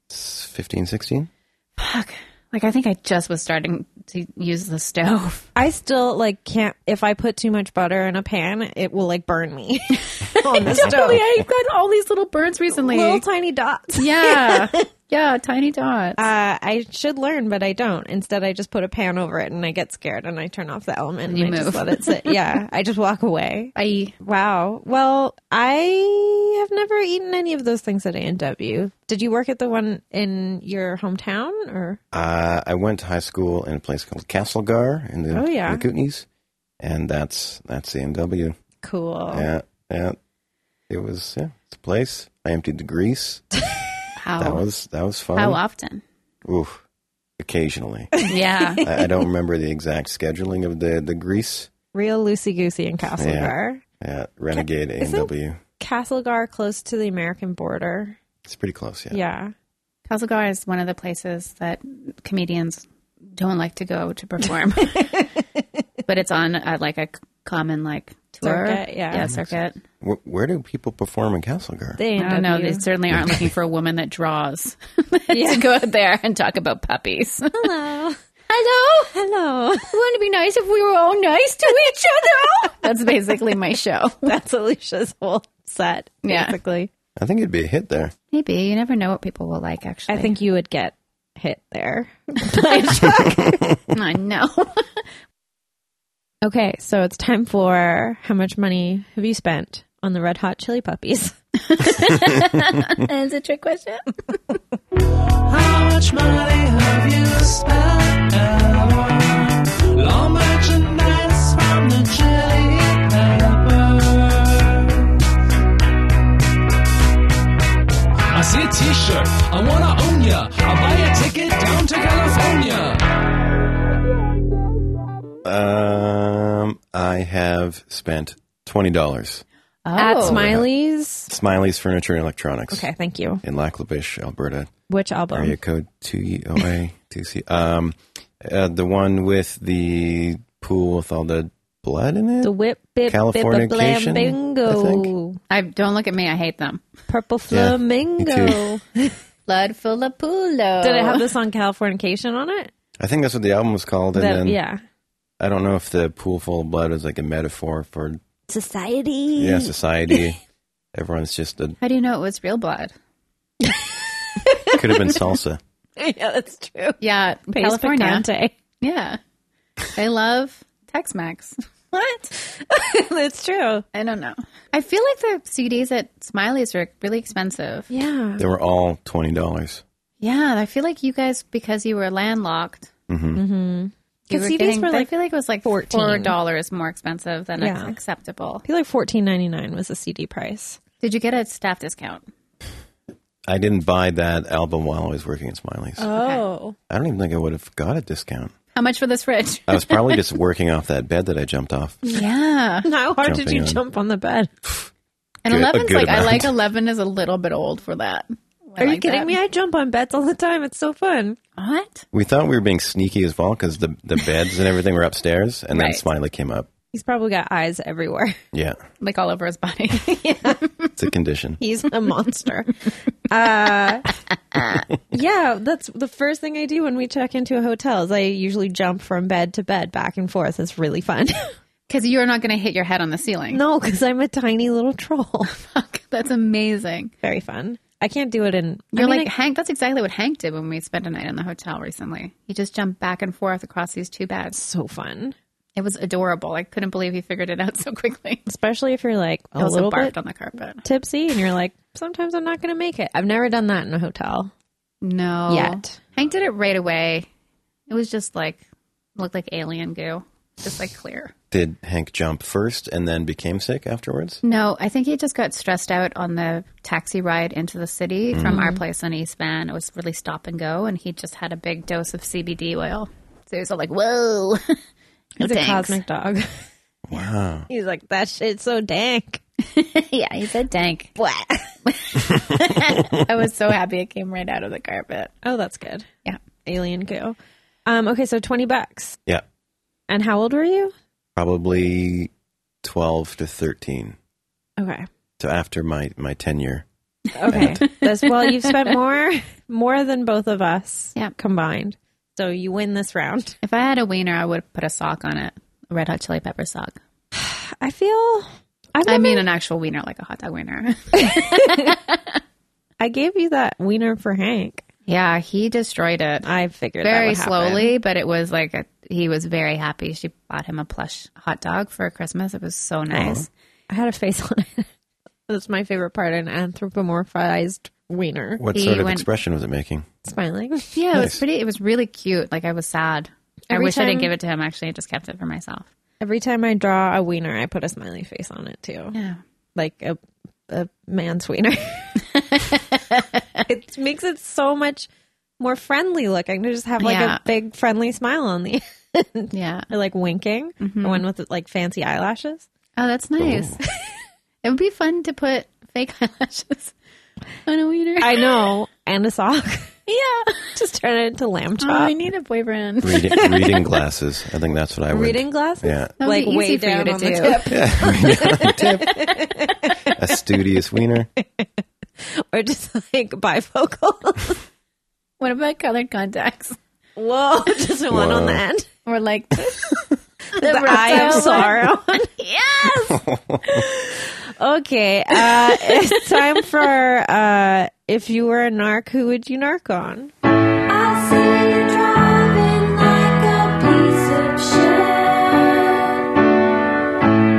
S3: It's 15, 16?
S1: Fuck. Like, I think I just was starting to use the stove.
S2: I still like can't if I put too much butter in a pan, it will like burn
S1: *laughs*
S2: me *laughs* on the stove.
S1: Totally, I've got all these little burns recently.
S2: Little tiny dots.
S1: *laughs*
S2: *laughs*
S1: yeah, yeah, tiny dots.
S2: Uh, I should learn, but I don't. Instead, I just put a pan over it, and I get scared, and I turn off the element, and
S1: You
S2: I
S1: move.
S2: just let it sit.
S1: *laughs*
S2: Yeah, I just walk away.
S1: I
S2: Wow. Well, I have never eaten any of those things at A and W. Did you work at the one in your hometown, or
S3: Uh, I went to high school in a place called Castlegar in the,
S2: Oh, yeah.
S3: the Kootenays, and that's that's CMW.
S2: cool?
S1: Oh.
S3: Yeah, yeah. It was yeah, it's a place. I emptied the grease.
S1: how
S3: That was that was fun.
S1: Oh. how often?
S3: Oof. Occasionally,
S1: Yeah,
S3: I, I don't remember the exact scheduling of the the grease.
S2: Real loosey goosey in Castlegar.
S3: Yeah, Renegade A and
S2: Isn't-
S3: W.
S2: Castlegar, close to the American border.
S3: It's pretty close. Yeah.
S2: Yeah.
S1: Castlegar is one of the places that comedians don't like to go to
S2: *laughs*
S1: perform, but it's on uh, like a c- common like tour.
S2: Circuit, yeah.
S1: circuit.
S3: Where, where do people perform in Castlegar?
S2: The
S1: I don't know. They
S2: A&W.
S1: certainly aren't looking for a woman that draws *laughs*
S2: Yeah.
S1: to go out there and talk about puppies. *laughs*
S2: Hello.
S1: Hello.
S2: Hello.
S1: Wouldn't it be nice if we were all nice to each other? That's basically my show.
S2: *laughs* That's Alicia's whole set,
S1: Yeah.
S2: basically.
S3: I think it'd be a hit there.
S1: Maybe you never know what people will like. Actually,
S2: I think you would get hit
S1: *laughs*
S2: there. *laughs*
S1: I know.
S2: Okay, so it's time for how much money have you spent on the Red Hot Chili Puppies? *laughs*
S1: It's a trick question.
S4: How much money have you spent? Law merchandise from the chili peppers. I see a t-shirt, I wanna own ya. I'll buy a ticket down to California.
S3: Um, I have spent twenty dollars.
S2: At
S1: Oh.
S2: Smiley's.
S3: Smiley's Furniture and Electronics.
S2: Oh. Okay, thank you.
S3: In Laklabish, Alberta.
S2: Which album?
S3: Area code E 2OA2C. um, uh, the one with the pool with all the blood in it?
S2: The Whip Bip Bip Blam
S3: Californication, I
S2: Bingo.
S3: think.
S1: I don't look at me. I hate them.
S2: Purple
S3: Yeah, me
S2: Flamingo.
S1: Blood full of pulo.
S2: Did it have the song Californication on it?
S3: I think that's what the album was called. And
S2: That-
S3: then
S2: yeah.
S3: I don't know if the pool full of blood is like a metaphor for
S2: Society.
S3: yeah society. Everyone's just a
S1: How do you know it was real blood?
S3: could have been salsa.
S2: *laughs* yeah, that's true.
S1: Yeah,
S2: Pace *laughs*
S1: California.
S2: Picante.
S1: Yeah, they love Tex-Mex. What?
S2: *laughs* that's true.
S1: I don't know. I feel like the CDs at Smiley's are really expensive.
S2: Yeah.
S3: They were all twenty dollars.
S1: Yeah, I feel like you guys because you were landlocked.
S3: Mm-hmm.
S2: Mm-hmm.
S1: You
S2: Because
S1: were
S2: CDs
S1: getting-
S2: were
S1: I
S2: like, I
S1: feel like it was like
S2: 14.
S1: four dollars more expensive than
S2: Yeah.
S1: acceptable.
S2: feel like fourteen ninety nine was the CD price.
S1: Did you get a staff discount?
S3: I didn't buy that album while I was working at Smiley's.
S2: Oh.
S3: I don't even think I would have got a discount.
S1: How much for this fridge?
S2: *laughs*
S3: I was probably just working off that bed that I jumped off.
S1: Yeah,
S2: *laughs* How hard did
S3: Jumping
S2: you
S3: on.
S2: jump on the bed?
S1: and
S3: Good- a
S1: eleven's
S3: good
S1: like I
S3: amount.
S1: like eleven is a little bit old for that.
S2: Are you kidding me? I jump on beds all the time. It's so fun.
S1: What?
S3: We thought we were being sneaky as well because the, the beds and everything were upstairs, and then
S1: Right.
S3: Smiley came up.
S2: He's probably got eyes everywhere.
S3: Yeah,
S1: Like all over his body. *laughs*
S3: it's a condition.
S2: *laughs* He's a monster. *laughs* uh, yeah, that's the first thing I do when we check into a hotel. Is I usually jump from bed to bed, back and forth. It's really fun. *laughs*
S1: Because you're not going to hit your head on the ceiling.
S2: no, because I'm a tiny little troll.
S1: *laughs* Fuck, that's amazing.
S2: *laughs* Very fun. I can't do it in. I
S1: You're
S2: mean, *laughs*
S1: like Hank. That's exactly what Hank did when we spent a night in the hotel recently. He just jumped back and forth across these two beds.
S2: it's so fun,
S1: It was adorable. I couldn't believe he figured it out *laughs* so quickly.
S2: especially if you're like a
S1: He also
S2: little
S1: barfed
S2: bit
S1: on the carpet.
S2: tipsy and you're like, sometimes I'm not going to make it. I've never done that in a hotel.
S1: No,
S2: Yet.
S1: Hank did it right away. It was just like looked like alien goo, just like clear.
S3: Did Hank jump first and then became sick afterwards?
S1: No, I think he just got stressed out on the taxi ride into the city from our place on East Van. It was really stop and go, and he just had a big dose of CBD oil. So he was all like, "Whoa, *laughs* no
S2: It's a
S1: thanks."
S2: cosmic dog.
S3: Wow.
S2: He's like, that shit's so dank.
S1: *laughs* yeah, he said dank.
S2: What?
S1: *laughs* I
S2: *laughs*
S1: was so happy it came right out of the carpet.
S2: Oh, that's good.
S1: Yeah.
S2: Alien goo. Um, okay, so 20 bucks.
S3: Yeah.
S2: And how old were you?
S3: Probably 12 to 13.
S2: Okay.
S3: So after my, my tenure.
S2: Okay. That's well, you've spent more *laughs* more than both of us
S1: Yeah.
S2: combined. So you win this round.
S1: If I had a wiener, I would have put a sock on it. A red hot chili pepper sock.
S2: I feel I've
S1: I
S2: never-
S1: mean, an actual wiener, like a hot dog wiener. *laughs*
S2: I gave you that wiener for Hank.
S1: yeah, he destroyed it
S2: I figured that
S1: very
S2: would happen.
S1: slowly, but it was like a, he was very happy. She bought him a plush hot dog for Christmas. It was
S2: Oh.
S1: so nice.
S2: I had a face on it. *laughs* That's my favorite part, an anthropomorphized wiener.
S3: What
S1: He
S3: sort of
S1: went-
S3: expression was it making?
S2: Smiling. *laughs*
S1: Yeah, it was
S3: Nice.
S1: pretty. It was really cute. Like I was sad. I
S2: Every
S1: wish I
S2: time-
S1: didn't give it to him. Actually, I just kept it for myself.
S2: Every time I draw a wiener, I put a smiley face on it too.
S1: Yeah.
S2: like a a man's wiener. *laughs* it makes it so much more friendly looking to just have like
S1: Yeah.
S2: a big friendly smile on the
S1: Yeah.
S2: *laughs* or like winking.
S1: Mm-hmm.
S2: The one with like fancy eyelashes.
S1: Oh, that's nice. *laughs* it would be fun to put fake *laughs* eyelashes on a wiener.
S2: I know, and a sock.
S1: *laughs*
S2: *laughs*
S1: yeah.
S2: just turn it into lamb
S1: Oh, I
S2: chop.
S1: need a boyfriend.
S3: *laughs* Reading, reading glasses. I think that's what I would.
S2: Reading glasses.
S3: Yeah.
S1: That would
S2: Like
S1: be easy
S2: way
S1: for you
S2: down
S1: to
S2: on the
S1: do.
S2: tip. *laughs*
S3: A
S1: *laughs*
S3: studious wiener.
S2: or just like bifocal. *laughs*
S1: What about colored contacts?
S2: Whoa, *laughs* just one on
S3: Whoa.
S2: the end. *laughs*
S1: Or like
S2: The, eye of sorrow.
S1: *laughs* yes,
S2: Okay, uh,
S1: *laughs*
S2: it's time for uh, if you were a narc, who would you narc on?
S5: I see you driving like a piece of shit.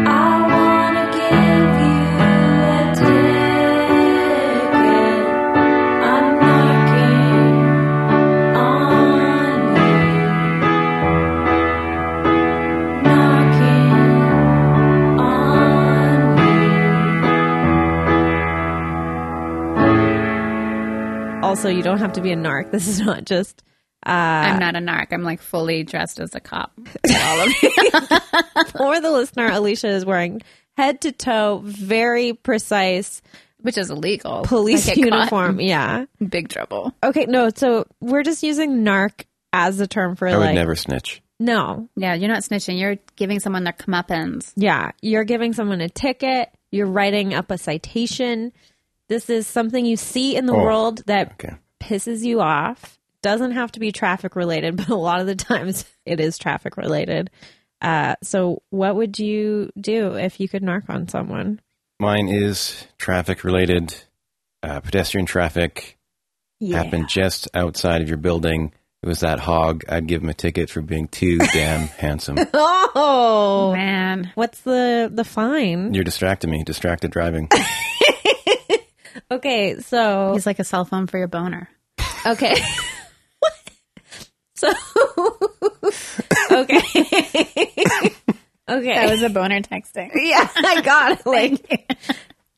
S5: I wanna give you a ticket. I'm knocking on you, knocking on you.
S2: Also, you don't have to be a narc. This is not just.
S1: I'm not a narc. I'm like fully dressed as a cop. All of
S2: For the listener, Alicia is wearing head to toe, very precise
S1: which is illegal.
S2: police
S1: I get caught
S2: uniform. Yeah.
S1: in Big trouble.
S2: Okay, no, so we're just using narc as a term for
S3: I
S2: like.
S3: would never snitch.
S2: No.
S1: Yeah, you're not snitching. You're giving someone their comeuppance.
S2: Yeah. You're giving someone a ticket, you're writing up a citation. This is something you see in the
S3: Oh.
S2: world that
S3: Okay.
S2: pisses you off doesn't have to be traffic related *laughs* but a lot of the times *laughs* it is traffic related uh, so what would you do if you could narc on someone
S3: Mine is traffic related. Uh, pedestrian traffic happened just outside of your building. It was that hog. I'd give him a ticket for
S1: *laughs*
S3: being too damn handsome.
S2: oh
S1: Man,
S2: what's the the fine
S3: You're distracting me. Distracted driving.
S2: okay so
S1: he's like a cell phone for your boner.
S2: okay so okay okay
S1: That was a boner texting.
S2: yeah *laughs* i got
S1: *laughs*
S2: it like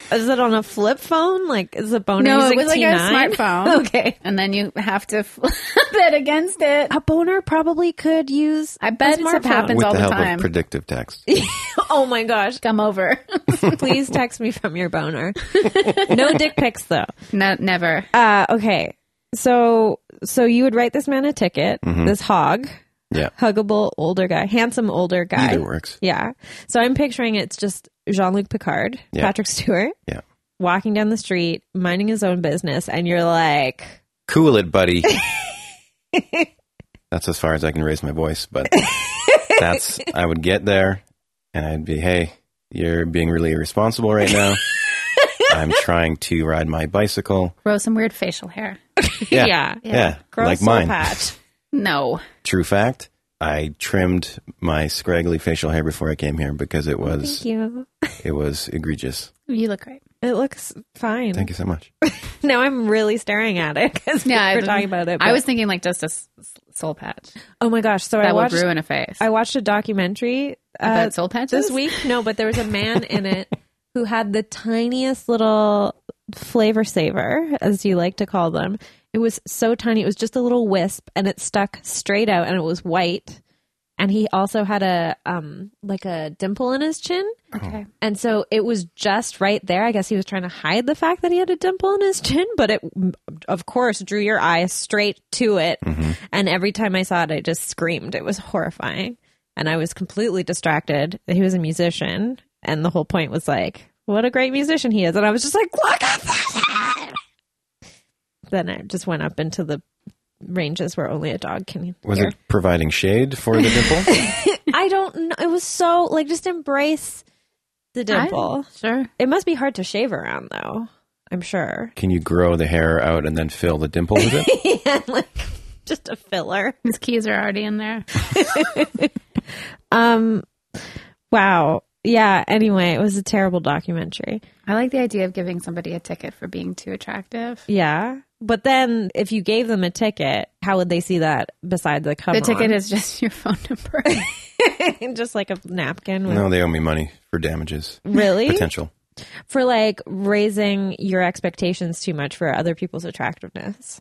S2: is it on a flip phone like is the boner
S1: No, it
S2: using
S1: was like a
S2: T9? *laughs*
S1: smartphone.
S2: okay
S1: And then you have to *laughs* flip it against it.
S2: a boner probably could use.
S1: I bet
S2: a
S1: this
S2: smartphone.
S1: happens
S3: *laughs* With
S1: all
S3: the
S1: the,
S3: help
S1: time.
S3: of
S1: *laughs*
S3: predictive text.
S2: Oh my gosh!
S1: Come over.
S2: Please text me from your
S3: *laughs*
S2: boner. no dick pics though.
S1: no, never.
S2: Uh, okay, so so you would write this man a ticket.
S3: Mm-hmm.
S2: This hog,
S3: Yeah.
S2: huggable older guy, handsome older guy.
S3: Either works.
S2: Yeah. So I'm picturing it's just Jean Luc Picard,
S3: Yeah.
S2: Patrick Stewart,
S3: Yeah.
S2: walking down the street, minding his own business, and you're like,
S3: Cool
S2: *laughs*
S3: it, buddy. that's as far as I can raise my voice,
S2: *laughs*
S3: but that's I would get there and I'd be, hey, you're being really irresponsible
S2: *laughs*
S3: right now. I'm trying to ride my bicycle.
S1: Grow some weird facial hair.
S2: *laughs*
S3: Yeah.
S2: yeah,
S3: Yeah.
S2: Gross
S3: like
S2: soul
S3: mine.
S2: patch.
S1: No.
S3: True fact. I trimmed my scraggly facial hair before I came here because it
S2: Thank
S3: was
S2: you. Mm.
S3: it was egregious.
S1: You look great.
S2: It looks fine.
S3: Thank you so much.
S2: *laughs* Now I'm really staring at it because
S1: Yeah,
S2: we're
S1: I-
S2: talking about it.
S1: I
S2: but-
S1: was thinking like just a s- soul patch
S2: Oh my gosh! So I
S1: that would
S2: watched.
S1: ruin a face.
S2: I watched a documentary uh,
S1: About soul patches
S2: this week. No, but there was a man in
S1: *laughs*
S2: it who had the tiniest little flavor saver, as you like to call them. It was so tiny; it was just a little wisp, and it stuck straight out, and it was white. and he also had a um like a dimple in his chin.
S1: Okay.
S2: And so it was just right there. I guess he was trying to hide the fact that he had a dimple in his *laughs* chin, but it, of course, drew your eye straight to it.
S3: Mm-hmm.
S2: And every time I saw it, I just screamed. It was horrifying. And I was completely distracted. that He was a musician. And the whole point was like, what a great musician he is. And I was just like, look at that. Then I just went up into the ranges where only a dog can
S3: Was
S2: hear.
S3: it providing shade for the
S2: *laughs*
S3: dimple?
S2: I don't know. It was so, like, just embrace the dimple.
S1: Sure.
S2: It must be hard to shave around, though. I'm sure.
S3: Can you grow the hair out and then fill the dimple with
S2: *laughs*
S3: it?
S2: yeah, like *laughs* just a filler.
S1: His keys are already in there.
S2: Um, wow. Yeah. Anyway, it was a terrible documentary.
S1: I like the idea of giving somebody a ticket for being too attractive.
S2: Yeah. But then, if you gave them a ticket, how would they see that beside the cover?
S1: the ticket is just *laughs* your phone number.
S2: *laughs* is just like a napkin. With,
S3: No, they owe me money for damages.
S2: Really?
S3: Potential.
S2: For like raising your expectations too much for other people's attractiveness.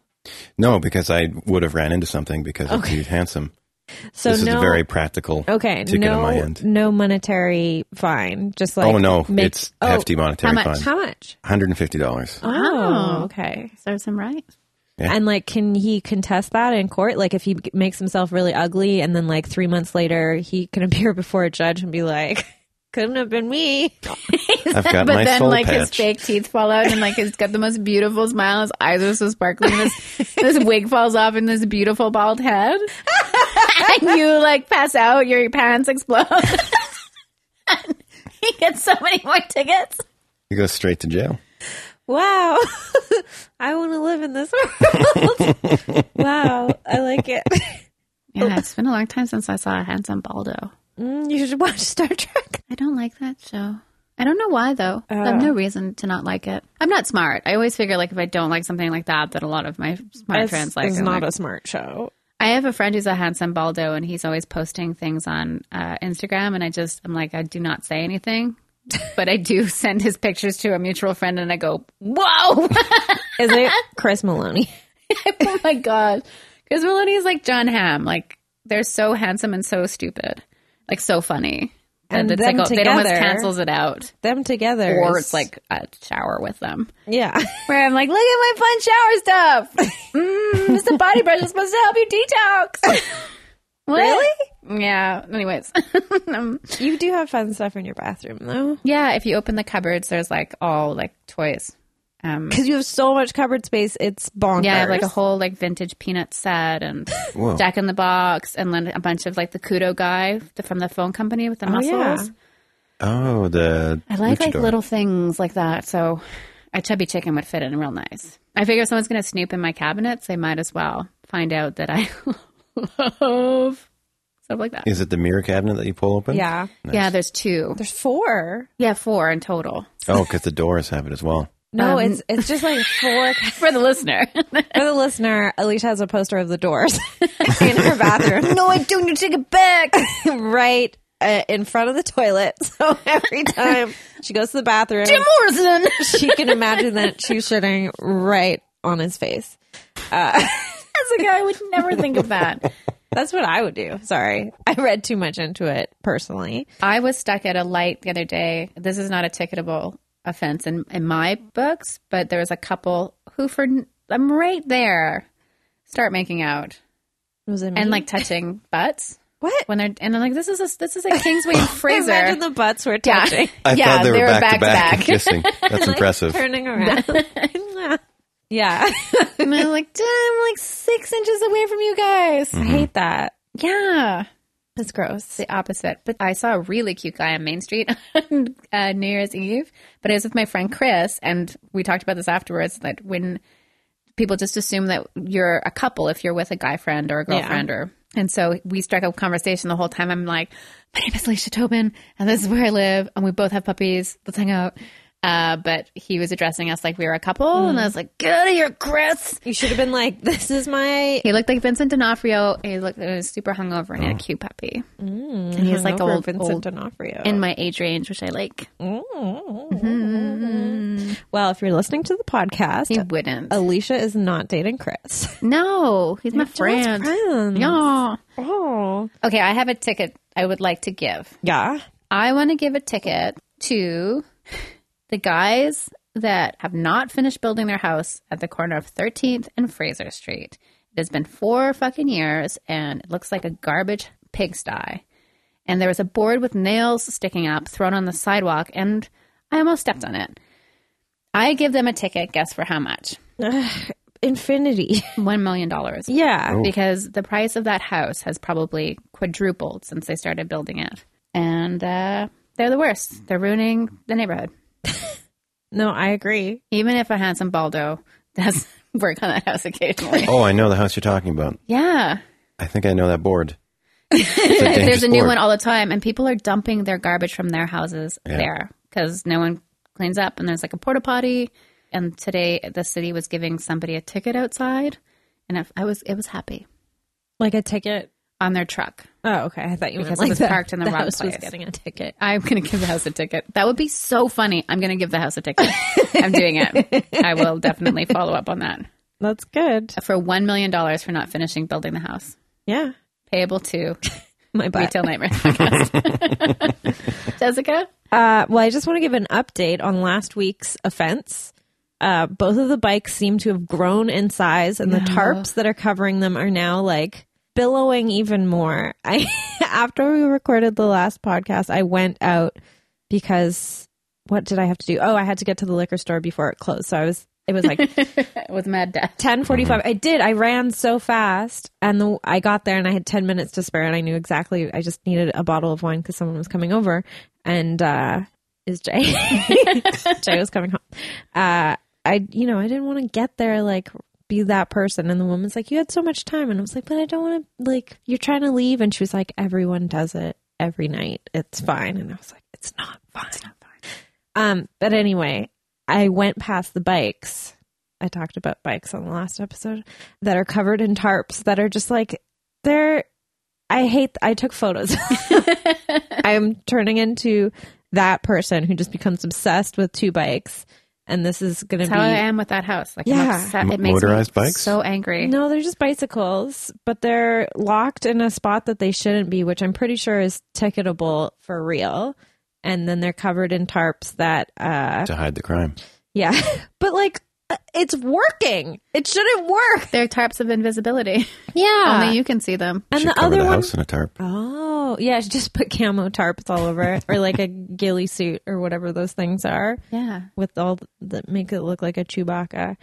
S3: No, because I would have ran into something because it's he's handsome.
S2: So
S3: this
S2: no.
S3: is a very practical
S2: okay.
S3: ticket
S2: no.
S3: on my end.
S2: No monetary fine. Just like
S3: oh no,
S2: make-
S3: it's
S2: oh,
S3: hefty monetary
S1: how much?
S3: fine.
S2: How much?
S3: Hundred and fifty
S1: *laughs*
S3: dollars.
S1: Oh.
S2: oh okay.
S1: Serves him right.
S3: Yeah.
S2: And like, can he contest that in court? Like, if he g- makes himself really ugly, and then like three months later, he can appear *laughs* before a judge and be like, "Couldn't have been me."
S3: I've got
S1: but
S3: my
S1: then
S3: soul
S1: like his
S3: patch.
S1: fake teeth fall out and like he's got the most beautiful smile his eyes are so sparkling this,
S3: *laughs*
S1: this wig falls off in this beautiful bald head *laughs* and you like pass out your pants explode *laughs* And he gets so many more tickets
S3: He goes straight to jail.
S2: Wow, *laughs* I want to live in this *laughs* world. wow, I like it. *laughs*
S1: yeah it's been a long time since i saw a handsome baldo
S2: Mm, you should watch Star Trek.
S1: i don't like that show I don't know why though. I have
S3: Oh.
S1: no reason to not like it. I'm not smart. I always figure like if I don't like something like that, that a lot of my smart friends like it.
S2: it's
S1: I'm
S2: not
S1: like,
S2: a smart show.
S1: I have a friend who's a handsome baldo, and he's always posting things on uh, Instagram. And I just, I'm like, I do not say anything, *laughs* but I do send his pictures to a mutual friend, and I go, "Whoa, *laughs*
S2: Is it Chris Maloney?
S1: oh my god!" Because Maloney is like John Hamm, like they're so handsome and so stupid, like so funny,
S2: And
S1: it's
S2: them
S1: like, oh, it almost
S2: together-
S1: cancels it out,
S2: Them together,
S1: or
S2: is-
S1: it's like a shower with them.
S2: yeah. *laughs*
S1: Where I'm like, look at my fun shower stuff. *laughs* Mm, this the body brush is supposed to help you detox. *laughs* What? Yeah. Anyways, *laughs* Um,
S2: you do have fun stuff in your bathroom though,
S1: yeah. If you open the cupboards, there's like all like toys. Um,
S2: because you have so much cupboard space. It's bonkers.
S1: yeah, I have like a whole like vintage peanut set *laughs* and
S3: Whoa.
S1: Jack in the Box, and then a bunch of like the Kudo guy from the phone company with the muscles.
S2: yeah.
S3: Oh, the
S1: I like like
S3: luchador.
S1: little things like that. So a chubby chicken would fit in real nice. I figure if someone's going to snoop in my cabinets, they might as well find out that I *laughs* love stuff like that.
S3: Is it the mirror cabinet that you pull open?
S2: yeah.
S1: Yeah, there's two.
S2: There's four.
S1: Yeah, four in total
S3: Oh, because the doors have it as well.
S2: No, it's it's just *laughs* like four.
S1: for the listener.
S2: For the listener, Alicia has a poster of the doors *laughs* in her bathroom. no, I don't. You take it back. *laughs* right uh, in front of the toilet. *laughs* So every time she goes to the bathroom,
S1: Morrison.
S2: *laughs* she can imagine that she's shitting right on his face.
S1: As a guy, *laughs* I would never think of *laughs* that.
S2: That's what I would do. Sorry, I read too much into it personally.
S1: I was stuck at a light the other day. This is not a ticketable offense in, in my books, but there was a couple who, for I'm right there, start making out
S2: Was it me?
S1: and
S2: *laughs*
S1: like touching butts.
S2: what?
S1: when they're and I'm like this is a this is a Kingsway and
S2: *laughs*
S1: Fraser.
S2: Imagine the butts were touching. *laughs*
S1: *laughs*
S3: I
S1: Yeah,
S3: thought they were,
S1: they were
S3: back, to
S1: back
S3: back,
S1: to
S3: and
S1: back.
S3: *laughs* kissing.
S1: *laughs*
S3: That's impressive.
S2: Turning around. *laughs* yeah.
S1: and I'm like, damn, I'm like six inches away from you guys.
S2: I hate that.
S1: Yeah,
S2: That's gross.
S1: the opposite. But I saw a really cute guy on Main Street *laughs* on uh, New Year's Eve. But it was with my friend Chris, and we talked about this afterwards. That when people just assume that you're a couple if you're with a guy friend or a girlfriend or and so we struck up conversation the whole time i'm like my name is alicia tobin and this is where i live and we both have puppies let's hang out Uh, but he was addressing us like we were a couple, and I was like, "Get out of here, Chris."
S2: You should have been like, "This is my."
S1: He looked like Vincent D'Onofrio. and He looked he was super hungover and he had a cute puppy. and he's like
S2: Over
S1: *laughs* old,
S2: Vincent
S1: old
S2: D'Onofrio.
S1: in my age range, which I like.
S2: well, if you're listening to the podcast,
S1: He wouldn't.
S2: Alicia is not dating Chris. *laughs*
S1: no, he's my friend.
S2: friends.
S1: Yeah.
S2: Oh,
S1: Okay, I have a ticket I would like to give.
S2: yeah.
S1: I want to give a ticket to the guys that have not finished building their house at the corner of 13th and Fraser Street. It has been four fucking years and it looks like a garbage pigsty. And there was a board with nails sticking up thrown on the sidewalk and I almost stepped on it. I give them a ticket, guess for how much?
S2: Infinity. *laughs*
S1: $1 million
S2: yeah.
S1: Oh. because the price of that house has probably quadrupled since they started building it. And uh, they're the worst. They're ruining the neighborhood.
S2: No, I agree.
S1: Even if a handsome Baldo *laughs* does work on that house
S3: *laughs*
S1: occasionally.
S3: Oh, I know the house you're talking about.
S1: Yeah.
S3: I think I know
S1: *laughs*
S3: that board. It's a dangerous
S1: There's a new
S3: board.
S1: one all the time, and people are dumping their garbage from their houses
S3: Yeah.
S1: there because no one cleans up, and there's like a porta potty. And today, the city was giving somebody a ticket outside, and if- I was it was happy
S2: Like a ticket.
S1: on their truck.
S2: Oh, okay. I thought you meant
S1: Because it
S2: like
S1: was
S2: the- *laughs*
S1: parked in the wrong
S2: house was
S1: place.
S2: getting a ticket.
S1: I'm going to give the house a ticket. That would be so funny. I'm going to give the house a ticket. I'm doing it. I will definitely follow up on that.
S2: That's good.
S1: For $1 million for not finishing building the house,
S2: Yeah.
S1: payable to
S2: My butt.
S1: Retail Nightmare *laughs* Podcast. Jessica?
S2: Uh, well, I just want to give an update on last week's offense. Uh, both of the bikes seem to have grown in size, and the tarps that are covering them are now like billowing even more. *laughs* I after we recorded the last podcast, I went out because what did I have to do? Oh, I had to get to the liquor store before it closed. So I was it was like
S1: With Mad Death.
S2: ten I did. I ran so fast, and the, I got there, and I had ten minutes to spare, and I knew exactly. I just needed a bottle of wine because someone was coming over, and uh, is Jay? *laughs* Jay was coming home. Uh, I, you know, I didn't want to get there like be that person, and the woman's like, "You had so much time," and I was like, "But I don't want to like you're trying to leave," and she was like, "Everyone does it every night. It's fine," and I was like, "It's not fine. It's not fine." Um, but anyway, I went past the bikes. I talked about bikes on the last episode that are covered in tarps that are just like they're I hate I took photos. *laughs* I'm turning into that person who just becomes obsessed with two bikes and this is going to
S1: That's
S2: be
S1: how I am with that house. Like, I'm
S2: Yeah.
S1: upset. It
S3: M-
S1: makes
S3: motorized
S1: me
S3: bikes?
S1: so angry.
S2: No, they're just bicycles, but they're locked in a spot that they shouldn't be, which I'm pretty sure is ticketable for real. And then they're covered in tarps that uh
S3: to hide the crime.
S2: yeah, *laughs* but like uh, it's working. It shouldn't work.
S1: They're tarps of *laughs* invisibility.
S2: Yeah.
S1: Only you can see them.
S2: and
S3: Should
S2: the
S3: cover
S2: other
S3: the
S2: one
S3: house in a tarp.
S2: Oh, yeah, she just put camo tarps all over it, or like a ghillie suit, or whatever those things are,
S1: Yeah.
S2: with all th- that make it look like a Chewbacca.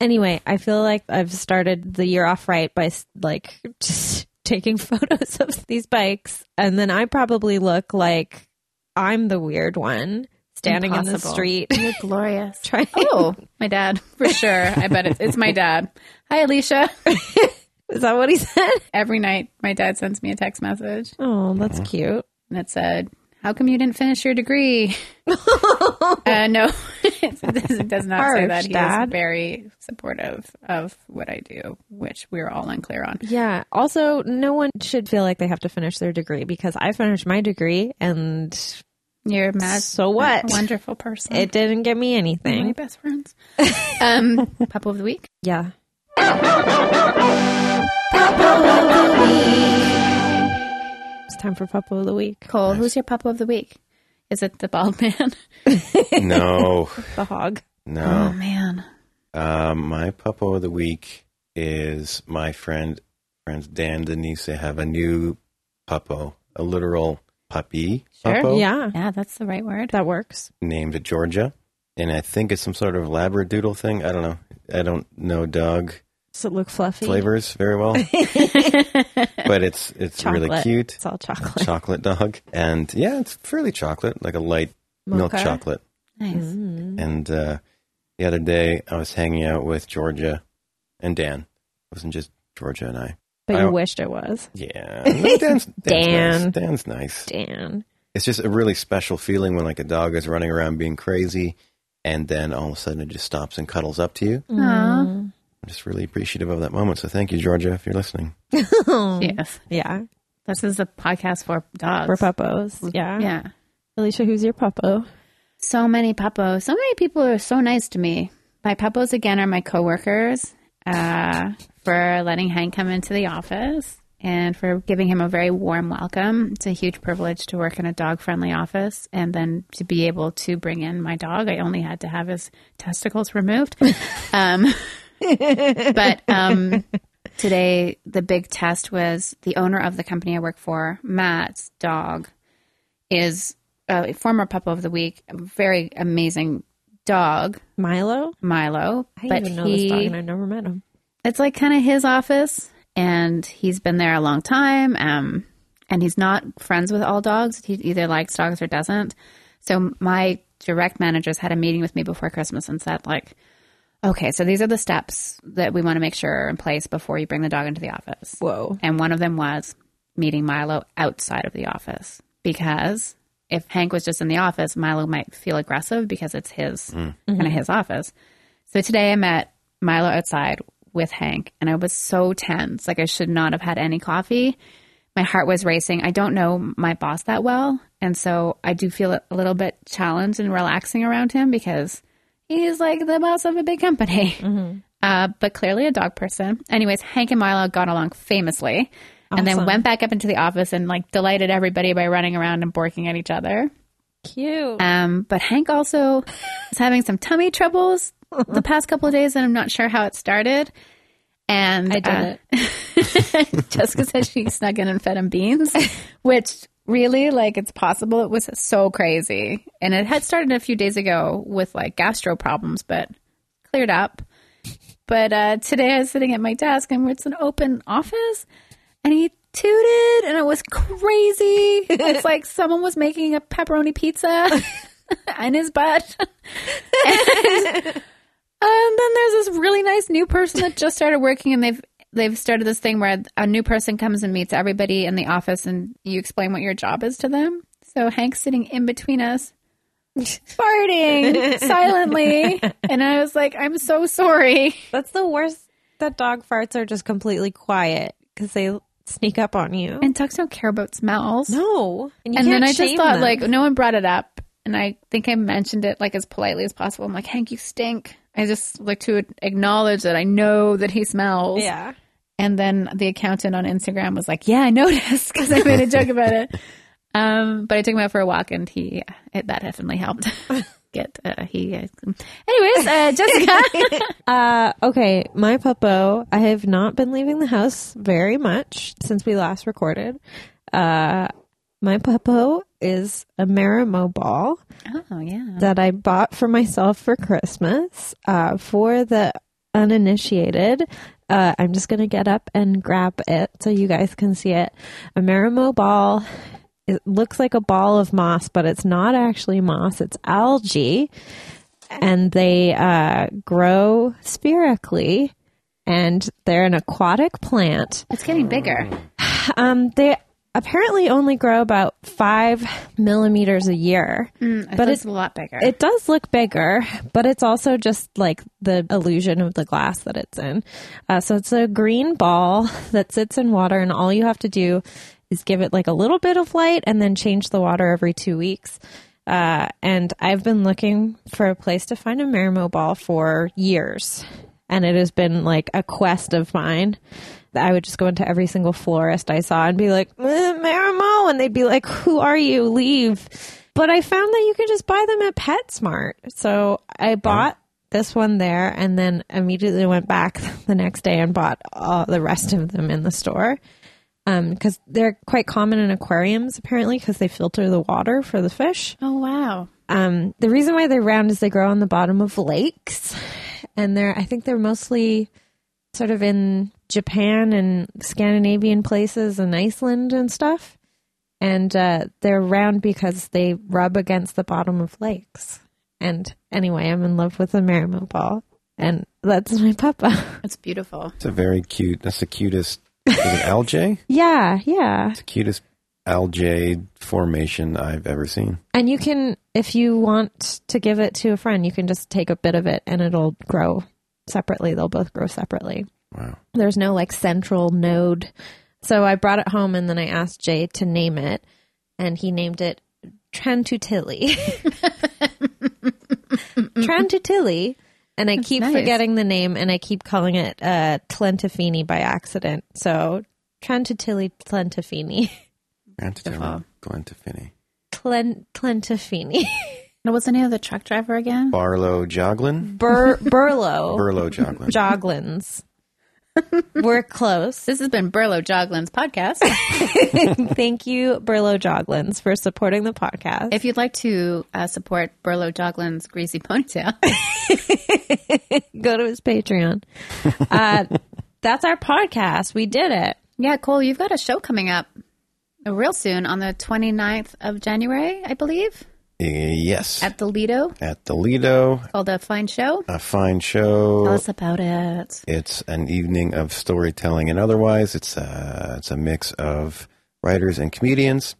S2: Anyway, I feel like I've started the year off right by s- like *laughs* just taking *laughs* photos of these bikes, and then I probably look like I'm the weird one standing in the
S1: Impossible.
S2: street *laughs*
S1: You're glorious.
S2: trying.
S1: Oh, my dad, for sure. I bet it's, it's my dad. Hi, Alicia.
S2: Is that what he said?
S1: Every night, my dad sends me a text message.
S3: Mm-hmm.
S2: Oh, that's cute.
S1: that said, "How come you didn't finish
S2: *laughs*
S1: your degree?" uh, no, *laughs* it does, it does not say
S2: Harsh,
S1: that. He
S2: Dad.
S1: is very supportive of what I do, which we're all unclear on.
S2: Yeah. Also, no one should feel like they have to finish their degree because I finished my degree and
S1: You're mad.
S2: So what?
S1: A wonderful person.
S2: It didn't get me
S1: my
S2: anything. *laughs*
S1: best friends. um, couple of the week.
S2: Yeah. It's time for Puppo of the Week.
S1: Cole, who's your puppo of the week? Is it the bald man?
S3: No, *laughs*
S2: The hog.
S1: Oh
S3: no.
S1: man,
S3: Um, my puppo of the week is my friend. Friends Dan Denise they have a new puppo, a literal puppy
S1: Sure.
S3: puppo
S2: Yeah.
S1: yeah, that's the right word.
S2: That works.
S3: named Georgia, and I think it's some sort of labradoodle thing. I don't know. I don't know dog
S2: Does it look fluffy?
S3: flavors
S2: *laughs*
S3: very well, but it's it's
S2: Chocolate.
S3: really cute.
S2: It's all chocolate.
S3: Chocolate dog, and yeah, it's fairly chocolate, like a light milk
S2: Mocha.
S3: chocolate.
S1: Nice.
S2: Mm-hmm.
S3: And uh, the other day, I was hanging out with Georgia and Dan. It wasn't just Georgia and I.
S2: But
S3: I
S2: you
S3: don't-
S2: wished it was.
S3: Yeah,
S2: *laughs*
S3: No, Dan's, Dan's
S2: Dan.
S3: nice. Dan's nice.
S2: Dan.
S3: It's just a really special feeling when like a dog is running around being crazy, and then all of a sudden it just stops and cuddles up to you.
S2: Mm-hmm.
S3: I'm just really appreciative of that moment. So thank you, Georgia, if you're listening.
S1: Yes.
S2: Yeah.
S1: This is a podcast for dogs.
S2: We're puppos. Mm, Yeah.
S1: yeah.
S2: Alicia, who's your puppo?
S1: So many puppos. So many people are so nice to me. My puppos again are my coworkers uh, for letting Hank come into the office and for giving him a very warm welcome. It's a huge privilege to work in a dog-friendly office and then to be able to bring in my dog. I only had to have his testicles removed. Um, but um, today the big test was the owner of the company I work for, Matt's dog is a former Puppo of the Week, a very amazing dog,
S2: Milo?
S1: Milo.
S2: I didn't even know this dog and I've never met him.
S1: it's like kind of his office, and he's been there a long time. Um, and he's not friends with all dogs. He either likes dogs or doesn't. So my direct managers had a meeting with me before Christmas and said like, okay, so these are the steps that we want to make sure are in place before you bring the dog into the office.
S2: Whoa.
S1: And one of them was meeting Milo outside of the office because if Hank was just in the office, Milo might feel aggressive because it's his kind of his office. So today I met Milo outside with Hank and I was so tense. Like I should not have had any coffee. My heart was racing. I don't know my boss that well. And so I do feel a little bit challenged and relaxing around him because he's like the boss of a big company uh, but clearly a dog person. Anyways, Hank and Milo got along famously and then
S2: Awesome.
S1: went back up into the office and like delighted everybody by running around and barking at each other.
S2: Cute.
S1: Um, but Hank also is having some tummy troubles the past couple of days, and I'm not sure how it started. And
S2: I did
S1: uh,
S2: it.
S1: *laughs* Jessica said she snuck in and fed
S2: *laughs*
S1: him beans, which really, like, it's possible. It was so crazy. And it had started a few days ago with like gastro problems, but cleared up. But uh, today I was sitting at my desk and it's an open office and he tooted and it was crazy.
S2: *laughs*
S1: it's like someone was making a pepperoni pizza *laughs* in his butt. And then there's this really nice new person that just started working, and they've they've started this thing where a new person comes and meets everybody in the office, and you explain what your job is to them. So Hank's sitting in between us, farting silently, and I was like, "I'm so sorry."
S2: That's the worst that dog farts are just completely quiet because they sneak up on you.
S1: And dogs don't care about smells.
S2: no. you
S1: and
S2: can't
S1: then I just
S2: shame
S1: thought,
S2: them.
S1: like, no one brought it up, and I think I mentioned it like as politely as possible. I'm like, "Hank, you stink." I just like to acknowledge that I know that he smells.
S2: yeah.
S1: And then the accountant on Instagram was like, "Yeah, I noticed *laughs* because I made a joke about it." Um, but I took him out for a walk, and he it, that definitely helped *laughs* get uh, he. Uh,
S2: *laughs*
S1: anyways, uh, Jessica,
S2: Uh, okay, my puppo. I have not been leaving the house very much since we last recorded. Uh, my puppo is a Marimo ball
S1: oh yeah,
S2: that I bought for myself for Christmas. Uh, for the uninitiated, uh, I'm just going to get up and grab it so you guys can see it. A Marimo ball. It looks like a ball of moss, but it's not actually moss. It's algae. And they uh, grow spherically. And they're an aquatic plant.
S1: it's getting bigger.
S2: Um, they apparently only grow about five millimeters a year.
S1: but it's a lot bigger.
S2: It does look bigger, but it's also just like the illusion of the glass that it's in. Uh, so it's a green ball that sits in water, and all you have to do is give it like a little bit of light and then change the water every two weeks. Uh, and I've been looking for a place to find a Marimo ball for years, and it has been like a quest of mine. I would just go into every single florist I saw and be like, "Eh, Marimo, and they'd be like, Who are you? Leave. But I found that you can just buy them at PetSmart. So I bought this one there and then immediately went back *laughs* the next day and bought all the rest of them in the store. Because they're quite common in aquariums, apparently, because they filter the water for the fish
S1: oh wow,
S2: um, the reason why they're round is they grow on the bottom of lakes, and they're I think they're mostly sort of in Japan and Scandinavian places and Iceland and stuff. And uh, they're round because they rub against the bottom of lakes. And anyway, I'm in love with a Marimo ball, and that's my papa. *laughs*
S1: it's
S2: *laughs*
S1: beautiful.
S3: It's a very cute, that's the cutest, is it algae?
S2: yeah, yeah.
S3: It's the cutest aljade formation I've ever seen.
S2: And you can, if you want to give it to a friend, you can just take a bit of it and it'll grow separately. They'll both grow separately.
S3: Wow.
S2: There's no like central node. So I brought it home and then I asked Jay to name it and he named it Trantutilli. *laughs* Trantutilli. And I keep
S1: nice.
S2: forgetting the name and I keep calling it uh, Tlentafini by accident. So Trantutilli Tlentafini. *laughs*
S3: Grantatown, Glentifini.
S2: Tlen- Tlentafini.
S1: Now, what's the name of the truck driver again?
S3: Barlow Joglin?
S2: Bur- Burlo.
S1: Oh.
S3: Burlow Joglin.
S2: Joglins. We're close.
S1: This has been Burlo Joglin's podcast.
S2: Thank you, Burlo Joglins, for supporting the podcast.
S1: if you'd like to uh, support Burlo Joglin's greasy ponytail, *laughs*
S2: Go to his *laughs* Patreon. Uh, that's our podcast. We did it.
S1: yeah, Cole, you've got a show coming up real soon on the 29th of January, I believe,
S3: Yes. At,
S1: at the Lido
S3: the Lido.
S1: called a fine show.
S3: A fine show.
S1: Tell us about it.
S3: It's an evening of storytelling and otherwise. It's a, it's a mix of writers and comedians,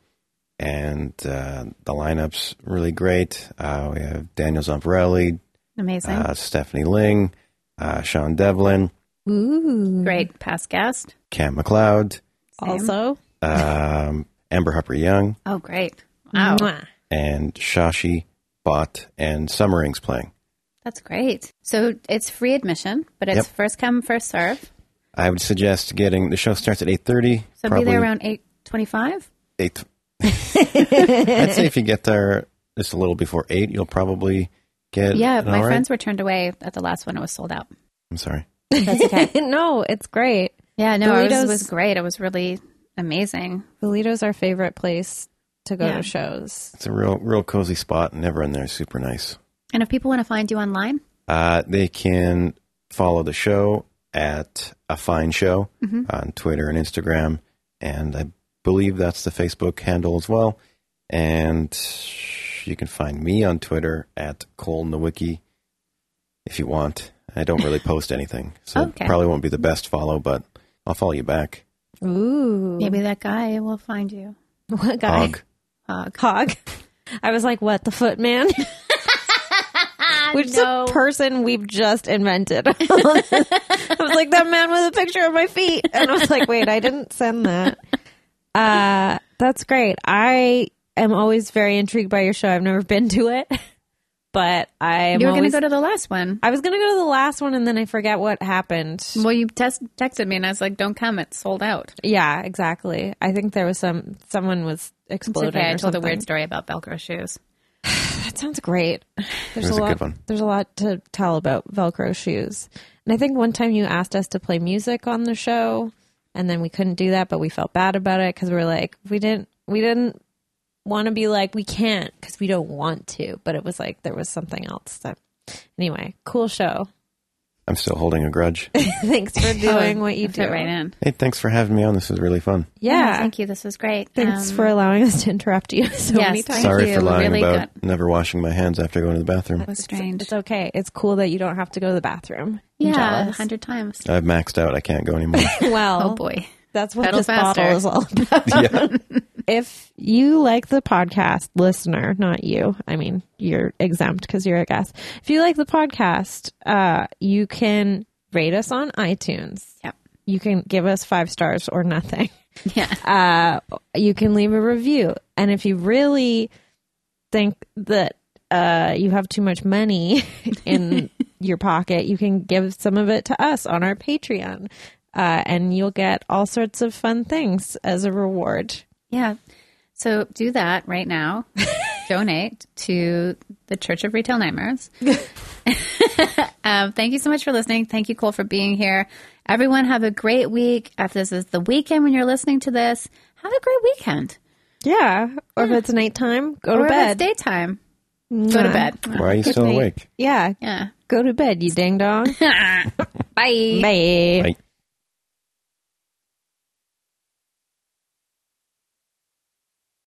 S3: and uh, the lineup's really great. Uh, we have Daniel Zamparelli,
S1: Amazing.
S3: uh, Stephanie Ling, uh, Sean Devlin,
S2: Ooh.
S1: Great past guest.
S3: Cam McLeod,
S2: Also,
S3: um, *laughs* Amber Hupper Young,
S1: Oh, great. Wow.
S2: mwah.
S3: and Shashi Bot and Summerings playing.
S1: That's great. So it's free admission, but it's
S3: Yep.
S1: first come, first serve.
S3: I would suggest getting the show starts at eight thirty.
S1: So be there around 8.25. *laughs*
S3: eight. I'd say if you get there just a little before eight, you'll probably get.
S1: Yeah,
S3: an
S1: my
S3: all right-
S1: friends were turned away at the last one. It was sold out.
S3: I'm sorry.
S1: That's okay.
S2: *laughs* no, it's great.
S1: yeah, no, it was,
S2: Doritos-
S1: was great. It was really amazing.
S2: Alito's our favorite place to go
S1: Yeah.
S2: to shows.
S3: It's a real, real cozy spot, and everyone there is super nice.
S1: And if people want to find you online,
S3: Uh, they can follow the show at a fine show
S1: Mm-hmm.
S3: on Twitter and Instagram, and I believe that's the Facebook handle as well. And you can find me on Twitter at Cole Nowicki if you want. I don't
S1: *laughs*
S3: really post anything, so
S1: Okay.
S3: probably won't be the best follow, but I'll follow you back.
S2: Ooh.
S1: maybe that guy will find you.
S2: What guy?
S3: Hog.
S1: Hog.
S2: Hog. I was like, what, the
S1: *laughs*
S2: footman? *laughs* Which is a person we've just invented. *laughs* I was like, that man with a picture of my feet. And I was like, wait, I didn't send that. Uh, that's great. I am always very intrigued by your show. I've never been to it, *laughs* but I'm
S1: You were going to
S2: always-
S1: go to the last one.
S2: I was going to go to the last one and then I forget what happened.
S1: Well, you test- texted me and I was like, don't come. It's sold out.
S2: Yeah, exactly. I think there was some, someone was
S1: It's
S2: exploding.
S1: okay. I
S2: or
S1: told a
S2: something.
S1: weird story about Velcro shoes.
S2: That sounds great. There's
S3: was
S2: a
S3: a
S2: lot.
S3: good one.
S2: There's a lot to tell about Velcro shoes, and I think one time you asked us to play music on the show, and then we couldn't do that, but we felt bad about it because we were like, we didn't, we didn't want to be like we can't because we don't want to, but it was like there was something else. That anyway, cool show. *laughs*
S3: I'm still holding
S1: *laughs*
S3: a grudge.
S2: Thanks for doing what you
S1: Fit
S2: do.
S1: right in.
S3: hey, thanks for having me on. This is really fun.
S1: Yeah.
S2: Yeah.
S1: Thank you. This was great.
S2: Thanks
S1: Um,
S2: for allowing us to interrupt you *laughs* so
S1: Yes,
S2: many times.
S1: Thank
S3: Sorry
S1: you.
S3: for lying
S1: Really
S3: about never washing my hands after going to the bathroom.
S1: It was strange.
S2: It's okay. It's cool that you don't have to go to the
S1: *laughs*
S2: bathroom. I'm
S1: yeah, a
S2: jealous.
S1: hundred times.
S3: I've maxed out. I can't go
S1: *laughs*
S3: anymore. *laughs*
S2: Well,
S1: Oh, boy.
S2: That's what
S1: Pedal
S2: this
S1: faster.
S2: bottle is all about.
S3: yeah.
S2: if you like the podcast, listener, not you, I mean, you're exempt because you're a guest. If you like the podcast, uh, you can rate us on iTunes.
S1: Yep.
S2: You can give us five stars or nothing.
S1: *laughs* Yeah.
S2: Uh, you can leave a review. And if you really think that uh, you have too much money *laughs*
S1: *laughs*
S2: in your pocket, you can give some of it to us on our Patreon. Uh, and you'll get all sorts of fun things as a reward.
S1: Yeah. So do that
S2: *laughs*
S1: right now. Donate to the Church of
S2: *laughs*
S1: Retail Nightmares. um, thank you so much for listening. Thank you, Cole, for being here. Everyone, have a great week. If this is the weekend when you're listening to this, have a great weekend.
S2: Yeah. Or if it's nighttime, go
S1: Or
S2: to
S1: if
S2: bed.
S1: it's daytime, go to bed.
S3: Why are you still awake?
S2: Yeah.
S1: Yeah.
S2: *laughs* Go to bed, you ding dong.
S1: *laughs* Bye.
S2: Bye.
S3: Right.